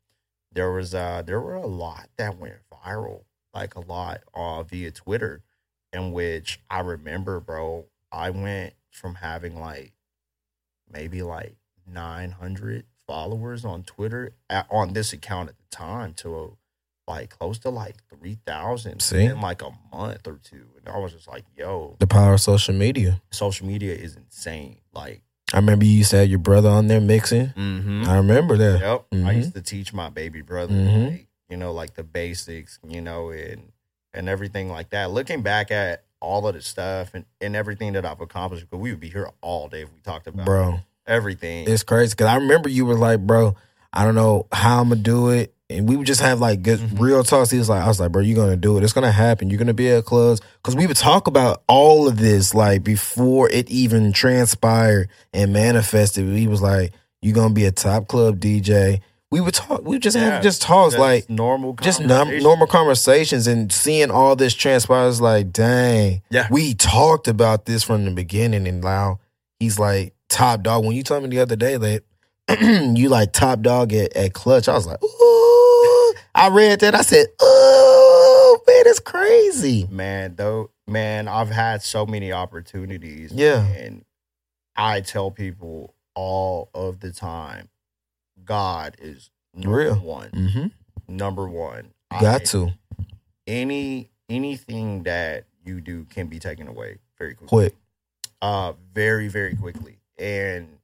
there was uh there were a lot that went viral, like a lot uh via Twitter, in which I remember, bro, I went from having like maybe like nine hundred followers on Twitter at, on this account at the time to like close to like three thousand
See?
in like a month or two, and I was just like, yo,
The power of social media.
social media is insane. Like,
I remember you used to have your brother on there mixing.
mm-hmm.
I remember that.
yep. I
Mhm.
used to teach my baby brother,
Mhm.
like, you know, like the basics, you know, and and everything like that. Looking back at all of the stuff and, and everything that I've accomplished, because we would be here all day if we talked about
Bro,
everything.
it's crazy because I remember you were like, bro, I don't know how I'm going to do it. And we would just have like good,
Mhm.
real talks. He was like, I was like, bro, you're going to do it. It's going to happen. You're going to be at clubs. Because we would talk about all of this like before it even transpired and manifested. He was like, you're going to be a top club DJ. we would talk. We just had
Yeah.
just talks
Just
like
normal,
just num-
conversation.
normal conversations and seeing all this transpire is like, dang,
Yeah.
we talked about this from the beginning. And now he's like top dog. When you told me the other day that [CLEARS THROAT] you like top dog at, at clutch, I was like, ooh. I read that. I said, ooh, man, it's crazy.
man though man i've had so many opportunities
Yeah.
and i tell people all of the time god is number
Real.
one
Mm-hmm.
number one I-
Got to
any anything that you do can be taken away very quickly
quick.
uh very very quickly and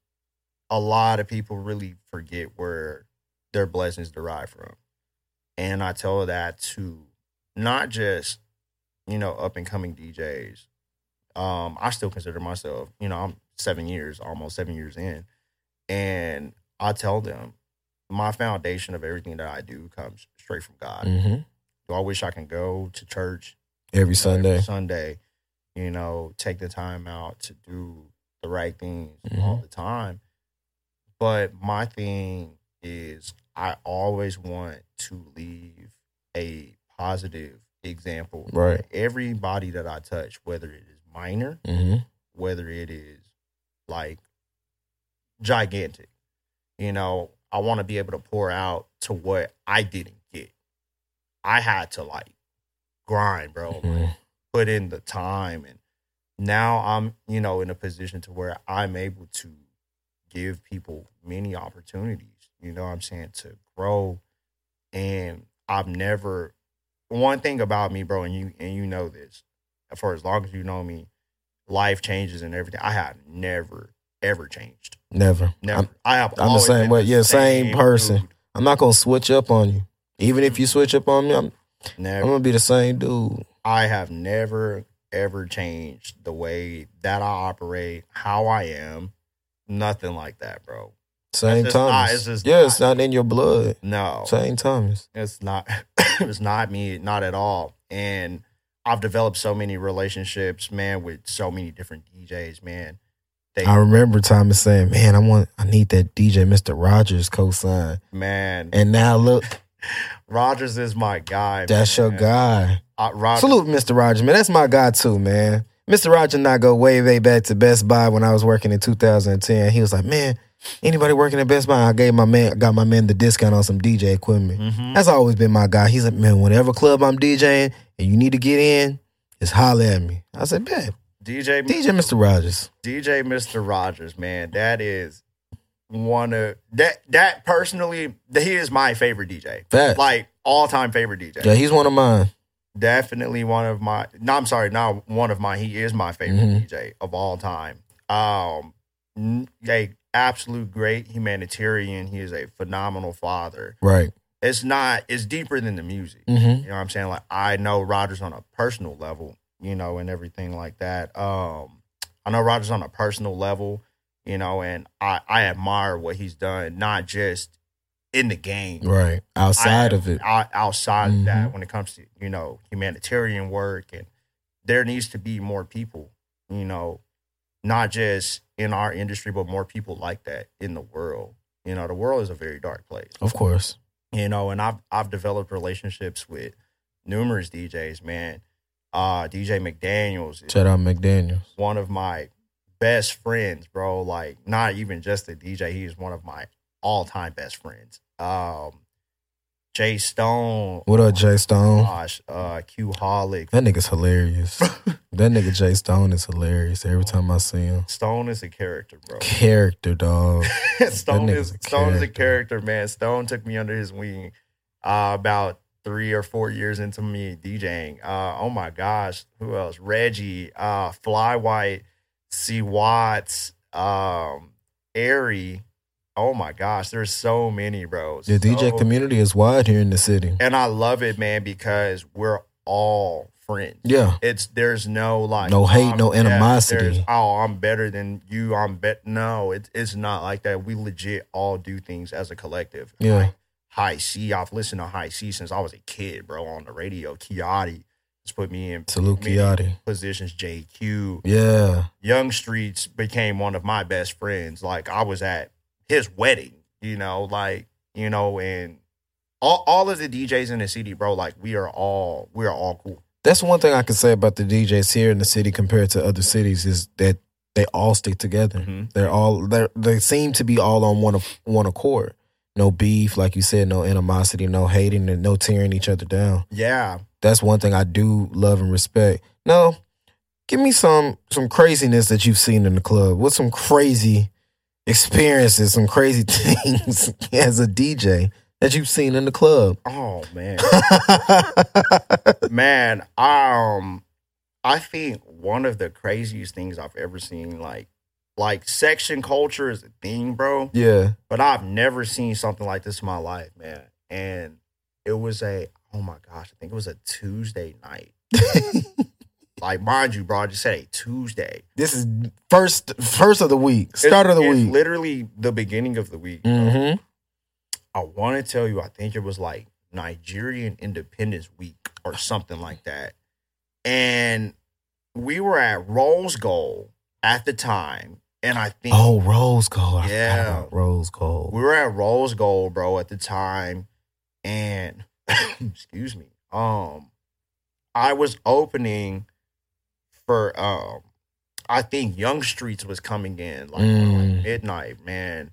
a lot of people really forget where their blessings derive from and i tell that to not just you know up and coming djs um i still consider myself you know i'm seven years almost seven years in and i tell them my foundation of everything that i do comes straight from god
Mm-hmm.
do i wish i can go to church
Every
you know, every
Sunday.
Sunday, you know, take the time out to do the right things
Mhm.
all the time. But my thing is, I always want to leave a positive example.
Right.
Everybody that I touch, whether it is minor,
Mm-hmm.
whether it is like gigantic, you know, I want to be able to pour out to what I didn't get. I had to like grind, bro. Like,
Mhm.
put in the time and now I'm, you know, in a position to where I'm able to give people many opportunities, you know what I'm saying, to grow. And I've never one thing about me, bro, and you and you know this, for as long as you know me, life changes and everything. I have never, ever changed.
Never.
Never. i have
I'm the
always
same
been
way.
the
Yeah, same person.
dude.
I'm not gonna switch up on you. Even if you switch up on me, I'm, I'm
Never
gonna be the same dude.
I have never ever changed the way that I operate, how I am, nothing like that, bro.
Same
It's just
Thomas.
not- Oh. it's just
yeah, it's not in your blood.
No,
Same Thomas.
it's not. [COUGHS] it's not me, not at all. And I've developed so many relationships, man, with so many different DJs, man. They,
I remember Thomas saying, "Man, I want, I need that DJ Mr. Rogers co-sign."
man,
And now
[LAUGHS]
look,
Rogers is my guy.
that's
man. Uh,
your guy.
I, Rogers,
Salute, Mr. Rogers, man. That's my guy too, man. Mr. Rogers and I go way, way back to Best Buy when I was working in 2010. He was like, "Man, anybody working at Best Buy?" I gave my man, got my man the discount on some DJ equipment.
Mhm.
That's always been my guy. He's like, man, whenever club I'm DJing and you need to get in, just holler at me. I said, man,
DJ,
DJ Mr. Rogers.
DJ Mr. Rogers, man, that is one of that that personally, he is my favorite DJ,
Facts.
like all time favorite DJ.
yeah, he's one of mine.
definitely one of my no i'm sorry not one of my he is my favorite
Mhm.
dj of all time um n- a absolute great humanitarian he is a phenomenal father
Right.
it's not it's deeper than the music
Mm-hmm.
you know what i'm saying like i know rogers on a personal level you know and everything like that um i know rogers on a personal level you know and i i admire what he's done not just in the game
Right. Outside
I-
of it.
out- outside of
Mhm.
that, when it comes to you know humanitarian work, and there needs to be more people, you know, not just in our industry, but more people like that in the world. You know, the world is a very dark place.
Of course.
You know, and I've I've developed relationships with numerous DJs, man. Uh, DJ McDaniel's is
Shout out McDaniels.
one of my best friends, bro. Like, not even just a DJ, he is one of my all time best friends. Um, Jay Stone,
What up, Jay Stone?
gosh, uh, Q Holic.
That nigga's
[LAUGHS]
hilarious. that nigga Jay Stone is hilarious every time I see him.
Stone is a character, bro.
Character dog.
[LAUGHS] Stone
nigga's
is
a
Stone is a
character.
character, man. Stone took me under his wing uh, about three or four years into me DJing. Uh, oh my gosh, who else? Reggie, uh, Fly White, C Watts, um, Airy. Oh my gosh, there's so many, bros.
The DJ community is wide here in the city.
and I love it, man, because we're all friends.
Yeah.
It's there's no like
No hate,
oh,
no
yeah,
animosity.
there's, oh, I'm better than you. I'm bet. No, it's it's not like that. We legit all do things as a collective.
Yeah.
Like, High C. I've listened to High C since I was a kid, bro. On the radio, Kiati just put me in
Salute
many
Kiati.
positions. JQ
Yeah.
Young Streets became one of my best friends. Like I was at his wedding. You know, like you you know, and all all of the DJs in the city, bro, like we are all we are all cool.
That's one thing I can say about the DJs here in the city compared to other cities is that they all stick together.
Mhm.
They're all they they seem to be all on one of one accord. No beef, like you said, no animosity, no hating, and no tearing each other down.
Yeah,
That's one thing I do love and respect. No, give me some some craziness that you've seen in the club. What's some crazy experiences, some crazy [LAUGHS] things as a DJ that you've seen in the club? [LAUGHS]
Oh man, man. Um, I think one of the craziest things I've ever seen, like, like section culture is a thing, bro.
yeah. [LAUGHS]
But I've never seen something like this in my life, man. And it was a oh my gosh, I think it was a Tuesday night. Like, mind you, bro, I just said a Tuesday.
this is first first of the week,
It's-
start of the
it's
week.
literally the beginning of the week.
mm-hmm.
I want to tell you, I think it was like Nigerian Independence Week or something like that. And we were at Rose Gold at the time. And I think
Oh, Rose Gold. I forgot
Yeah.
about Rose Gold.
we were at Rose Gold, bro, at the time. And [COUGHS] excuse me. Um I was opening for um I think Young Streets was coming in like around
Mm.
midnight, man.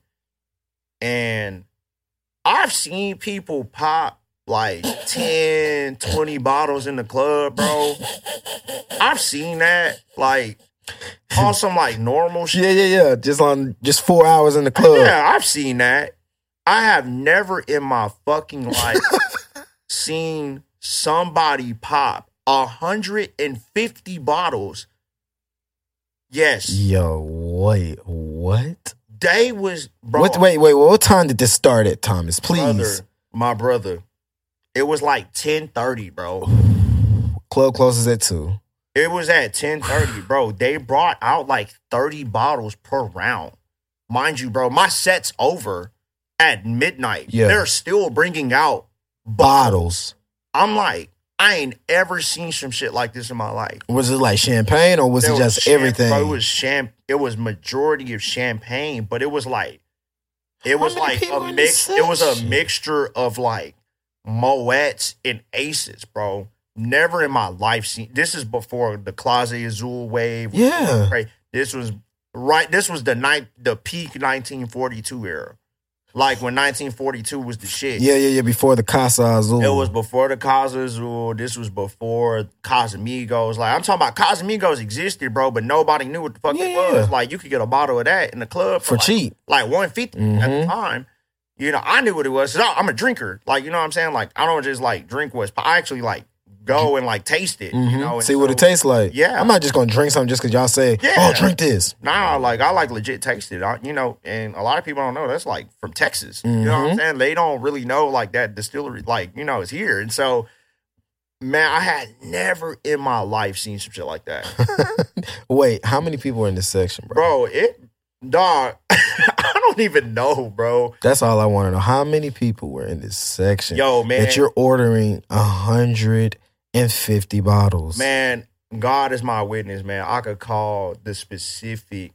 And I've seen people pop like 10, 20 bottles in the club,
[LAUGHS]
bro. I've seen that like on some like normal shit.
yeah, yeah, yeah. Just on just four hours in the club.
Yeah, I've seen that. I have never in my fucking
[LAUGHS]
life seen somebody pop 150 bottles. Yes.
Yo, wait, what?
They was bro.
What? Wait, wait. What time did this start at, Thomas? Please.
brother, my brother. It was like 10:30, bro.
Club closes at two.
It was at 10:30, bro. They brought out like 30 bottles per round. Mind you, bro, my set's over at midnight.
Yeah.
They're still bringing out
Bottles.
I'm like, I ain't ever seen some shit like this in my life.
Was it like champagne or was
There
it
was
just
champ-
everything?
Bro, it was champ. It was majority of champagne, but it was like, it
How
was
many
like
people
a
in
mix.
this
It was a
section?
mixture of like moets and aces, bro. Never in my life seen. This is before the Closet Azul wave.
Yeah.
Right. This was right. This was the night, the peak 1942 era. Like when 1942 was the shit.
Yeah, yeah, yeah. Before the Casa Azul.
It was before the Casa Azul. This was before Cosmigos. Like I'm talking about Cosmigos existed, bro, but nobody knew what the fuck it
Yeah.
was. Like you could get a bottle of that in the club
for
like,
cheap.
like 150 at the
Mhm.
time. You know, I knew what it was. 'cause I- I'm a drinker. Like you know what I'm saying. Like I don't just like drink what's. I actually like go and like taste it.
Mhm.
You know, and
See what
so-
it tastes like.
Yeah.
I'm not just gonna drink something just because y'all say,
Yeah.
"Oh,
[LAUGHS]
drink this." [LAUGHS]
Nah, like I like legit taste it. I, you know, and a lot of people don't know that's like from Texas. You know what I'm
Mhm.
saying? They don't really know like that distillery, like you know, is here. And so, man, I had never in my life seen some shit like that,
[LAUGHS] Wait, how many people are in this section, bro?
bro. It, dog, [LAUGHS] I don't even know, bro.
That's all I want to know. How many people were in this section
Yo, man,
that you're ordering hundred and fifty bottles?
man, God is my witness, man. I could call the specific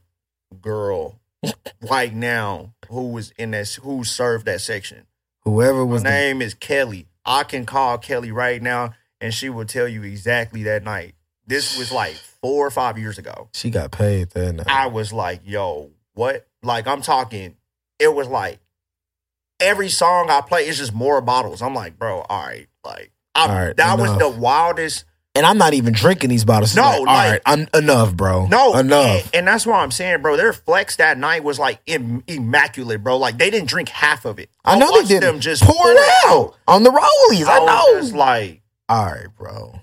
girl right now who was in that, who served that section.
whoever was
Her
the,
name is Kelly. I can call Kelly right now and she will tell you exactly that night. This was like four or five years ago.
she got paid that night.
I was like, yo, what? Like, I'm talking, it was like every song I play is just more bottles. I'm like, bro, all right. Like, I,
All right,
that was
enough.
the wildest.
and I'm not even drinking these bottles.
No,
No, like, all
like-
right, I'm enough, bro.
No,
enough.
And, and that's why I'm saying, bro, their flex that night was like im- immaculate, bro. Like, they didn't drink half of it.
I know
watched
they didn't.
them just
pour
pour
it
it
out on the rollies. I,
I was just
know.
like,
all right, bro.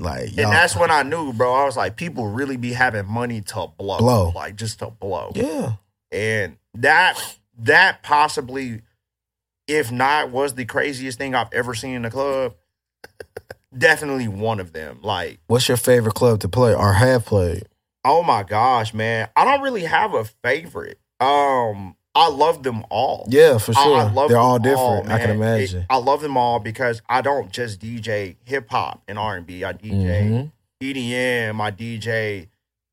Like, y'all,
And that's when I knew, bro. I was like, people really be having money to blow,
Blow.
like just to blow.
yeah.
And that that possibly, if not, was the craziest thing I've ever seen in the club. [LAUGHS] Definitely one of them. Like,
What's your favorite club to play or have played?
oh my gosh, man, I don't really have a favorite. Um, I love them all.
Yeah, for
I- Oh,
sure.
I, love
They're
them
all different. I can
man. It-
imagine.
I love them all because I don't just DJ hip hop and R and B. I DJ.
Mhm.
E EDM, I DJ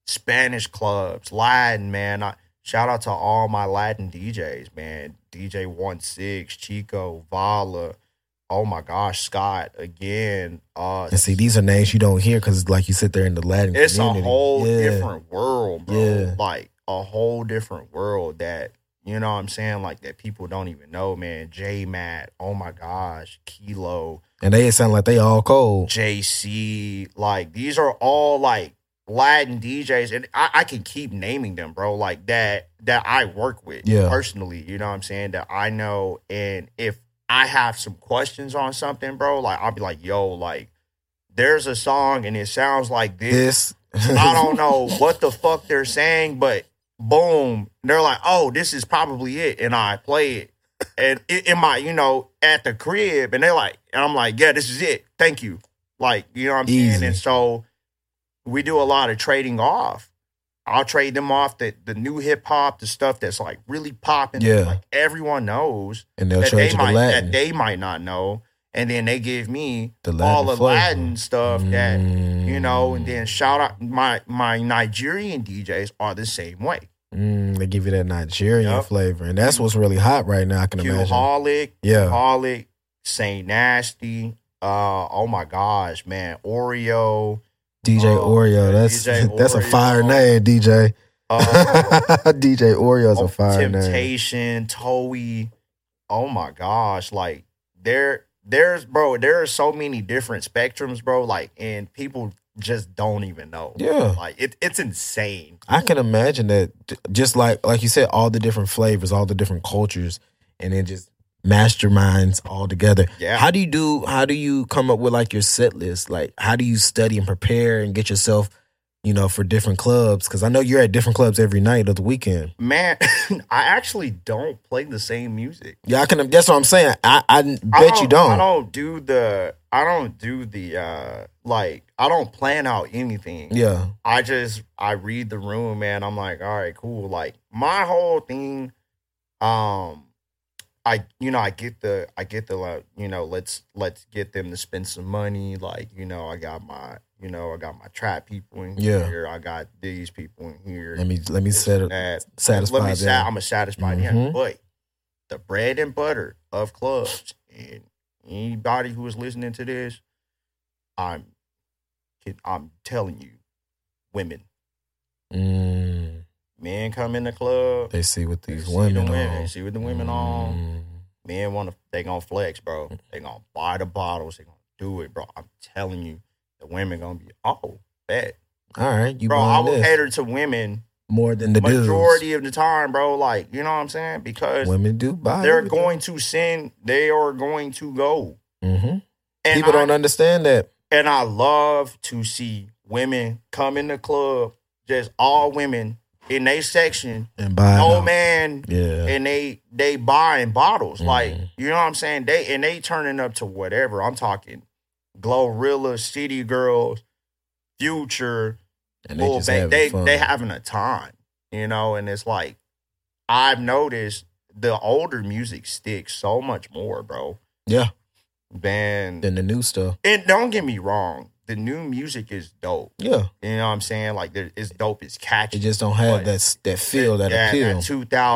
Spanish clubs, Latin, man. I, Shout out to all my Latin DJs, man. DJ One Six, Chico, Vala. Oh my gosh, Scott again. Uh,
And see, these are names you don't hear because, like, you sit there in the Latin.
it's a
community.
whole
Yeah.
different world, bro.
Yeah.
Like a whole different world that you know what I'm saying, like that people don't even know, man. J Matt, oh my gosh, Kilo,
and they sound like they all cold.
JC, like these are all like Latin DJs, and I, I can keep naming them, bro. Like that that I work with
Yeah.
personally. You know what I'm saying? That I know, and if I have some questions on something, bro, like I'll be like, yo, like there's a song and it sounds like this.
This, [LAUGHS]
I don't know what the fuck they're saying, but boom, they're like, oh, this is probably it, and I play it. And it, in my, you know, at the crib, and they're like, and I'm like, yeah, this is it. Thank you. Like, you know what I'm saying?
Easy.
And so we do a lot of trading off. I'll trade them off the, the new hip hop, the stuff that's like really popping.
Yeah.
Like everyone knows
and they'll
that
trade
they
you the
might
Latin.
that they might not know. And then they give me
the Latin
all the
flavor.
Latin stuff that
Mm.
you know and then shout out my my nigerian djs are the same way
Mm, they give you that Nigerian
Yup.
flavor, and that's what's really hot right now. I can imagine.
Q-holic,
Yeah,
holic saint nasty uh oh my gosh man
[LAUGHS]
oreo
DJ
Oh,
Oreo. That's
DJ
[LAUGHS] that's a fire
Oreo.
name, DJ.
uh
[LAUGHS]
oh,
DJ Oreo's a fire name.
temptation toey oh my gosh like there there's bro there are so many different spectrums bro like and people just don't even know
Yeah.
like it, it's insane
I can imagine that j- just like like you said, all the different flavors, all the different cultures, and then just masterminds all together.
Yeah.
How do you do how do you come up with like your set list? Like how do you study and prepare and get yourself, you know, for different clubs? Because I know you're at different clubs every night of the weekend.
man [LAUGHS] i actually don't play the same music
Yeah, I can that's what I'm saying. I, I bet
I
you don't.
I don't do the. I don't do the. uh Like I don't plan out anything.
Yeah.
I just I read the room, man. I'm like, all right, cool. Like my whole thing, um, I you know I get the I get the like, you know let's let's get them to spend some money. Like you know I got my you know I got my trap people in
Yeah.
here. I got these people in here.
Let me let me
this
set
and
it
that.
satisfy
Let me
them.
sa- I'm a satisfied yeah.
Mhm.
But the bread and butter of clubs and anybody who is listening to this, I'm I'm telling you, women,
Mm,
men come in the club,
they see what
they
these
see
women
the women,
on.
see what the women on.
Mm.
Men want to, they gonna flex, bro.
Mm-hmm.
They gonna buy the bottles, they gonna do it, bro. I'm telling you, the women gonna be oh bet,
All right, you
bro. I
buying
will
this
cater to women
more than the dudes.
majority of the time, bro. Like you know what I'm saying because.
Women do buy.
they're going to sin. They are going to go.
hmm
And
People
I,
don't understand that.
And I love to see women come in the club, just all women in their section,
And buy.
no
now.
Oh, man,
Yeah.
and they they buying bottles. Like
Mhm.
you know what I'm saying? They and they turning up to whatever. I'm talking Glorilla, City Girls, Future,
and
Lil Baby. They
fun.
they having a time, you know. And it's like I've noticed the older music sticks so much more, bro.
Yeah.
Than
Than the new stuff.
and don't get me wrong, the new music is dope.
Yeah.
You know what I'm saying? Like there- it's dope, it's catchy.
It just don't have
But-
that s- that feel, that
Yeah,
appeal.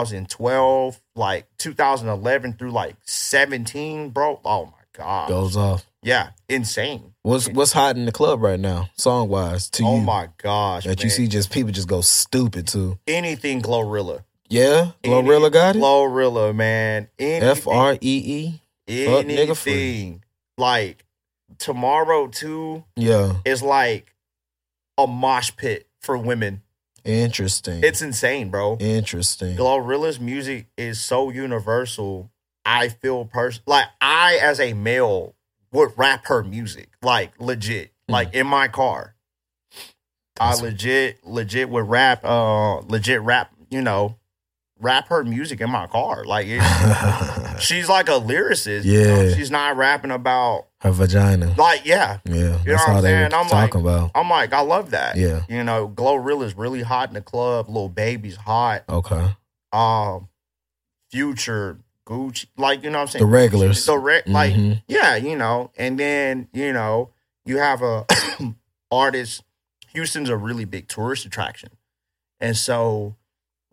2012, like 2011 through like 17, bro. Oh my god.
Goes off.
Yeah, insane.
What's what's hot in the club right now, song wise, to
oh
you
my gosh.
that you
man.
see just people just go stupid to.
anything Glorilla.
Yeah,
Any
Glorilla got it.
Glorilla, man. Anything,
F R E E. fuck nigga free.
anything. Like tomorrow too
Yeah,
is like a mosh pit for women.
interesting.
It's insane, bro.
interesting.
Glorilla's music is so universal. I feel person like I as a male would rap her music like legit, like in my car.
Hmm. That's-
I legit, legit would rap, uh, legit rap, you know, rap her music in my car. Like
[LAUGHS]
it, she's like a lyricist. you know?
Yeah.
she's not rapping about
[LAUGHS] Her vagina.
like yeah.
Yeah,
You know
that's
what
all
I'm
they were
saying? I'm
talking about.
I'm like I love that.
Yeah.
You know, Glorilla's really hot in the club. Little baby's hot.
Okay.
um future gucci like you know what i'm saying
The regulars.
the re- like
Mhm.
yeah you know and then you know you have a [COUGHS] artist houston's a really big tourist attraction and so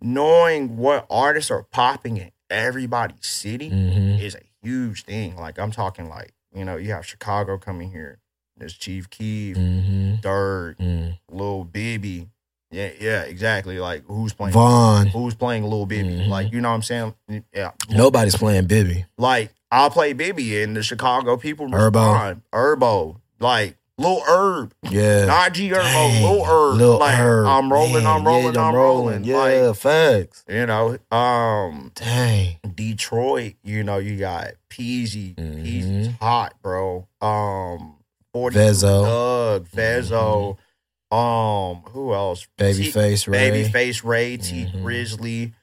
knowing what artists are popping in everybody's city
Mm-hmm.
is a huge thing. Like I'm talking like, you know, you have Chicago coming here. There's Chief Keef,
Mm-hmm.
Dirk,
mm
Lil Bibby. Yeah, yeah, exactly. Like who's playing
Vaughn.
who's playing Lil Bibby?
Mhm.
Like, you know what I'm saying? Yeah.
Nobody's playing Bibby.
Like I'll play Bibby and the Chicago people
Herbo.
respond. Herbo. Like Lil Herb.
Yeah.
Najee Herbo.
Dang,
Lil Herb.
Lil
like
Herb.
I'm rolling,
Man,
I'm rolling,
yeah,
I'm rolling.
Yeah,
Like,
facts.
you know, um,
Dang.
Detroit, you know, you got Peasy.
Mhm.
Peasy's hot, bro. Um, 40
Vezzo.
Doug, Vezzo.
Mm-hmm.
Um, who else? T-
Babyface Ray.
Babyface Ray, T
Mhm.
Grizzly.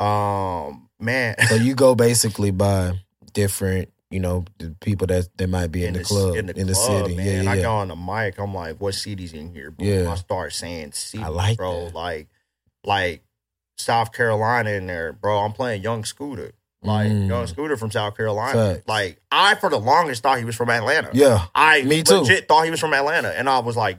Um, man. [LAUGHS]
So you go basically by different, you know, the people that that might be in, the,
c-
club
in the, club,
city.
Man.
Yeah, yeah,
I
yeah.
go on the mic. I'm like, "What cities in here?" Boom,
Yeah.
I start saying cities,
I like
bro.
that.
Like, like South Carolina in there, bro. I'm playing Young Scooter, like
Mm.
Young Scooter from South Carolina.
Facts.
Like, I for the longest thought he was from Atlanta.
yeah,
I
me too.
Legit thought he was from Atlanta, and I was like,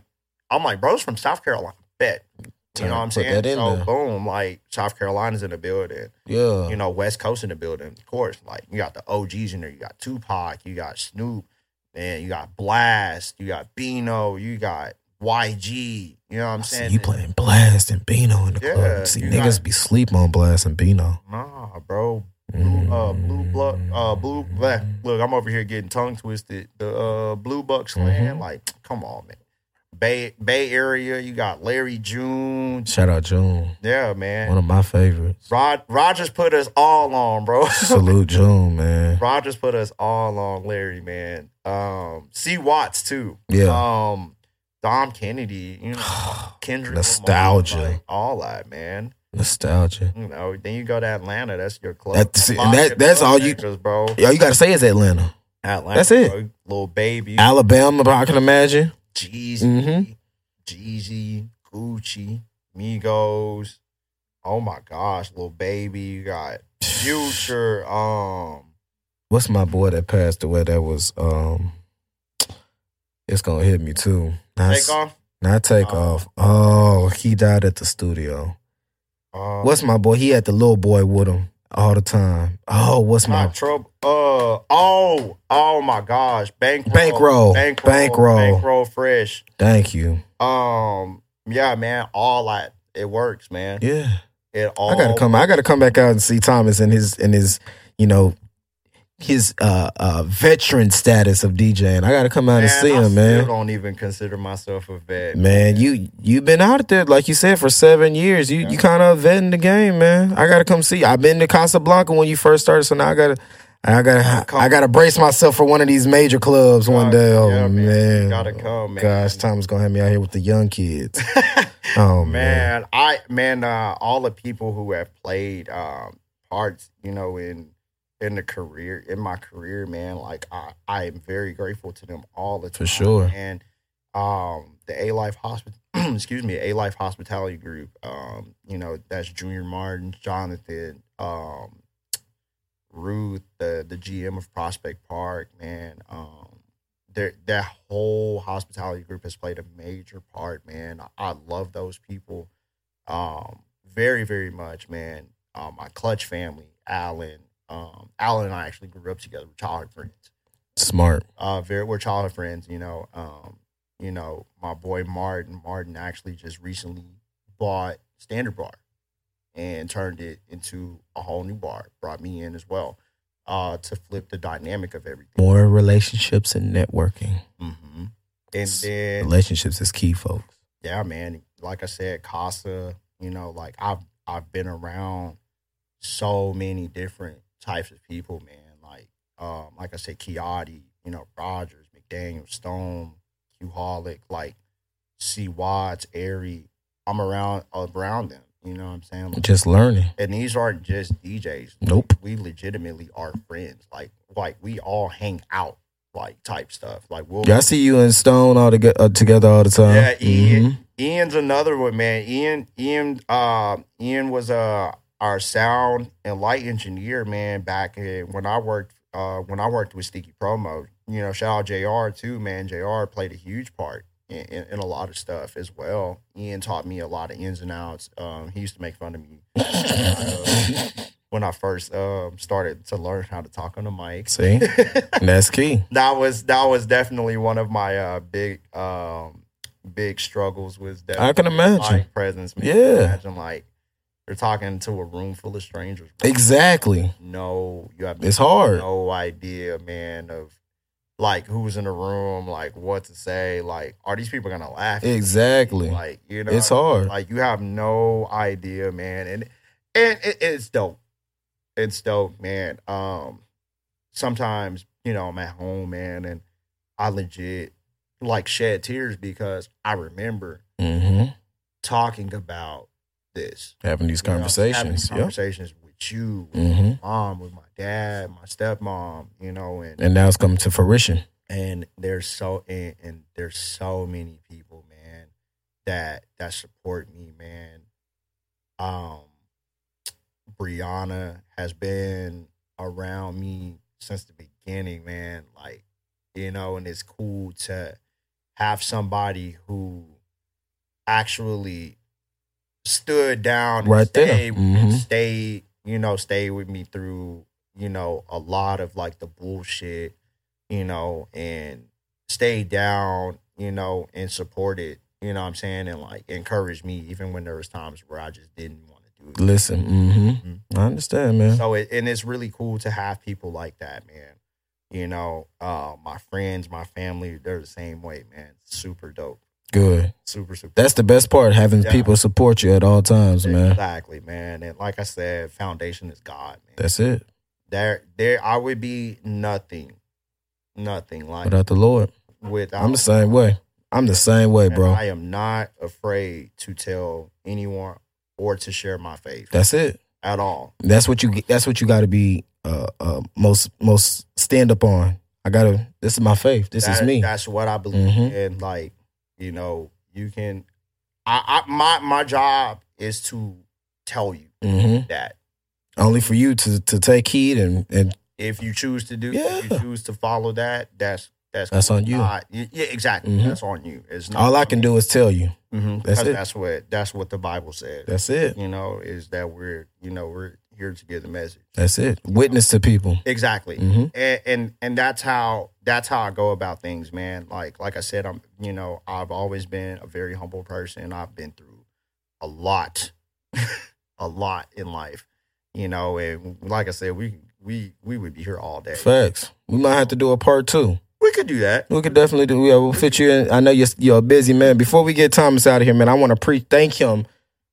I'm like, bro's from South Carolina. Bet you
Turn-
know what I'm
put
saying?
that in
So
there.
boom, like South Carolina's in the building
yeah.
you know, West Coast in the building, of course. Like you got the OGs in there, you got Tupac, you got Snoop, and you got Blast, you got Bino, you got YG. You know what I'm
See,
saying?
you playing Blast and Beano in the
Yeah,
club. See,
you
niggas
got-
be sleep on Blast and Beano.
Nah, bro. Blue, uh, blue blood, uh, blue. Blah. Look, I'm over here getting tongue twisted. The uh, blue buck slam,
Mhm.
like, come on, man. Bay Bay Area, you got Larry June.
Shout out June,
Yeah, man.
one of
[LAUGHS]
my favorites.
Rod Rogers put us all on,
[LAUGHS]
bro.
Salute June, man.
Rogers put us all on Larry, man. Um, C. Watts too.
Yeah,
Um, Dom Kennedy, you know, [SIGHS] Kendrick, Lamar,
Nostalgia.
like, all that, man.
[SIGHS] nostalgia.
You know, then you go to Atlanta. That's your club.
That's-
A
and
lot of
that-
good
that's
club
all you-
actors, bro.
All you gotta say is Atlanta,
Atlanta,
that's it.
bro. Little baby,
Alabama. but I can imagine.
Jeezy,
Mhm.
Jeezy, Gucci, Migos. Oh my gosh, little baby, you
[SIGHS]
got Future. Um,
What's my boy that passed away? That was um, it's gonna hit me too. Not
take off.
Not take
Oh.
off. Oh, he died at the studio.
Um,
What's my boy? He had the little boy with him all the time. Oh, what's my
Not trouble. Uh oh, oh my gosh, bankroll,
Bankroll.
bankroll,
Bankroll.
bankroll fresh.
thank you?
Um, yeah, man, all that it works, man.
Yeah,
It all.
I gotta come. I gotta come back out and see Thomas and his and his you know his uh uh veteran status of DJing. I gotta come out and see
I
him,
Still
man.
don't even consider myself a vet.
Man, you you been out there like you said for seven years. You you kind of vetting the game, man. I gotta come see. you. I've been to Casablanca when you first started, so now I gotta. I gotta, I gotta brace myself for one of these major clubs
God,
one day. Oh
yeah, man,
man, Oh,
you gotta come, man.
Gosh, Tom's gonna have me out here with the
[LAUGHS]
young kids. oh man,
man, I man, uh, all the people who have played um, parts, you know, in in the career, in my career, man, like I, I am very grateful to them all the time.
For sure.
And um, the A Life Hospital, [CLEARS THROAT] excuse me, A Life Hospitality Group. Um, you know, that's Junior Martin, Jonathan, um, Ruth, the the GM of Prospect Park, man. Um, their that whole hospitality group has played a major part, man. I, I love those people, um, very very much, man. Um, my clutch family, Alan, um, Alan and I actually grew up together, we're childhood friends.
smart.
Uh, very we're childhood friends, you know. Um, you know, my boy Martin, Martin actually just recently bought Standard Bar and turned it into a whole new bar. Brought me in as well, uh, to flip the dynamic of everything.
More relationships and networking.
hmm And
S-
then,
Relationships is key, folks.
yeah, man, like I said, Casa, you know, like I've I've been around so many different types of people, man. Like, um, like I said, Kiotti, you know, Rogers, McDaniel, Stone, Q Holic, like C Watts, Airy. I'm around around them. You know what I'm saying? Like,
Just learning.
and these aren't just DJs.
Nope.
We legitimately are friends. Like, like we all hang out, like type stuff. Like we'll
Yeah, I see you and Stone all toge- uh, together all the time.
Yeah, Ian.
Mhm.
Ian's another one, man. Ian, Ian, uh, Ian was uh our sound and light engineer, man. Back in, when I worked, uh, when I worked with Sticky Promo, you know, shout out Jr. too, man. Jr. played a huge part in, in, in a lot of stuff as well. Ian taught me a lot of ins and outs. Um, he used to make fun of me [COUGHS] uh,
Mm-hmm.
when I first um, started to learn how to talk on the mic.
See, that's key.
[LAUGHS] that was that was definitely one of my uh, big um, big struggles was that
I can imagine.
mic presence. Man.
Yeah.
imagine like you're talking to a room full of strangers. bro.
Exactly.
No, you have
It's hard.
no idea, man, of like who's in the room, like what to say, like are these people gonna laugh? at you?
Exactly.
Like you know,
It's hard.
Like you have no idea, man, and and it, it's dope. It's dope, man. Um, sometimes you know I'm at home, man, and I legit like shed tears because I remember
Mm-hmm.
talking about this
Having these
you know, having
conversations.
these
Yep.
conversations with you, with
Mm-hmm.
my mom, with my dad, my stepmom, you know, and
And now it's coming to fruition.
and there's so and, and there's so many people man that that support me man um brianna has been around me since the beginning man like you know and it's cool to have somebody who actually stood down and
Right there.
stayed,
Mhm.
stayed you know stayed with me through you know a lot of like the bullshit you know, and stay down, you know, and support it, you know what I'm saying, and like encourage me even when there was times where I just didn't want to do it.
Listen. Mm-hmm. I understand, man.
So it, and it's really cool to have people like that, man. You know, uh my friends, my family, they're the same way, man. Super dope.
Good.
Super super
That's the best part. Having
Yeah.
people support you at all times, man.
Exactly, man. And like I said, foundation is God, man.
That's it.
there there I would be nothing. Nothing like
Without the Lord,
without
I'm the same way. I'm the same way,
And
bro.
I am not afraid to tell anyone or to share my faith
That's it.
at all.
That's what you. That's what you got to be. Uh, uh, most most stand up on. I gotta. This is my faith. This is
That-
me.
That's what I believe
Mhm.
in. Like, you know, you can I, I my my job is to tell you
hmm
that.
Only for you to to take heed and and
If you choose to do if
Yeah.
you choose to follow that, that's that's
That's
cool.
on you.
I- yeah, exactly.
Mhm.
That's on you. It's not
all I can do is tell you.
Mhm.
That's it.
that's what that's what the Bible said.
That's it.
You know, is that we're you know, we're here to get the message.
That's it. Witness to people.
Exactly.
hmm
and and and that's how that's how I go about things, man. Like like I said, I'm you know I've always been a very humble person. I've been through a lot, [LAUGHS] a lot in life, you know. And like I said, we we we would be here all day.
Facts. We might have to do a part two.
We could do that.
We could definitely do. Yeah, we'll fit you in. I know you're you're a busy man. Before we get Thomas out of here, man, I want to pre thank him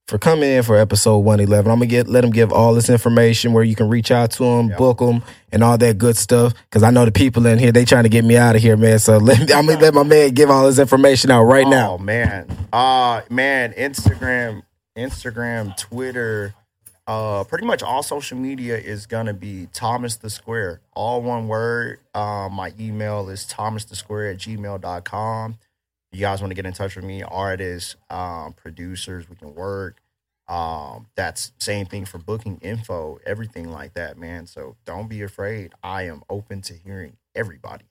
for coming in for episode one eleven. I'm gonna get let him give all this information where you can reach out to him,
Yeah.
book him, and all that good stuff. Because I know the people in here they trying to get me out of here, man. So [LAUGHS] let me, I'm gonna let my man give all his information out right
Oh
now.
man, uh man, Instagram, Instagram, Twitter, uh, pretty much all social media is gonna be Thomas the Square, all one word. Uh, my email is Thomas the Square at gmail.com. You guys want to get in touch with me, artists, um, producers, we can work. Um, that's same thing for booking info, everything like that, man. So don't be afraid. I am open to hearing everybody.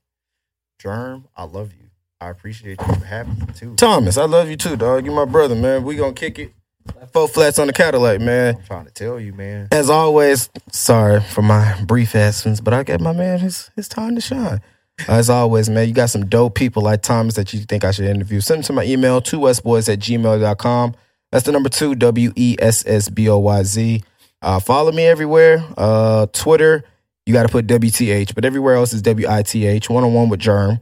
Germ, I love you. I appreciate you for having me too.
Thomas, I love you too, dog. You my brother, man. We gonna kick it. Four flats on the Cadillac, man.
I'm trying to tell you, man.
As always, sorry for my brief absence, but I get my man his, his time to shine. As always, man, you got some dope people like Thomas that you think I should interview. Send them to my email, 2westboys at gmail.com. That's the number two, W E S S B O Y Z. Uh, follow me everywhere. Uh, Twitter, you got to put WTH, but everywhere else is W I T H, one on one with Germ.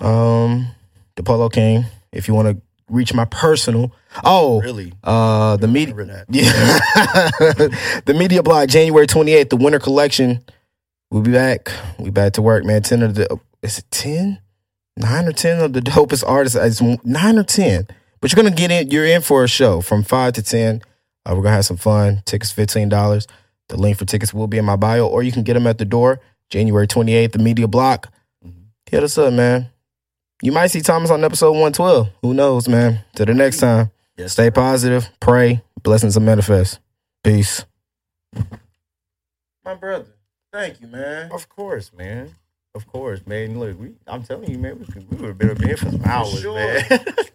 Um, the Polo King, if you want to reach my personal. Oh,
Really,
uh, the media.
remember that.
Yeah. [LAUGHS] the media block, January 28th, the winter collection. We'll be back. We back to work, man. 10 of the, is it 10? 9 or 10 of the dopest artists. It's 9 or 10. But you're going to get in, you're in for a show from 5 to 10. Uh, we're going to have some fun. Tickets $15. The link for tickets will be in my bio, or you can get them at the door. January 28th, the media block.
Mhm.
Hit us up, man. You might see Thomas on episode 112. Who knows, man? Till the next time.
Yes,
Stay
sir.
positive, pray, blessings will manifest. Peace. My brother, thank you, man.
Of course, man. Of course, man. Look, we, I'm telling you, man, we, could- we would have been up here for some hours,
sure.
man. [LAUGHS]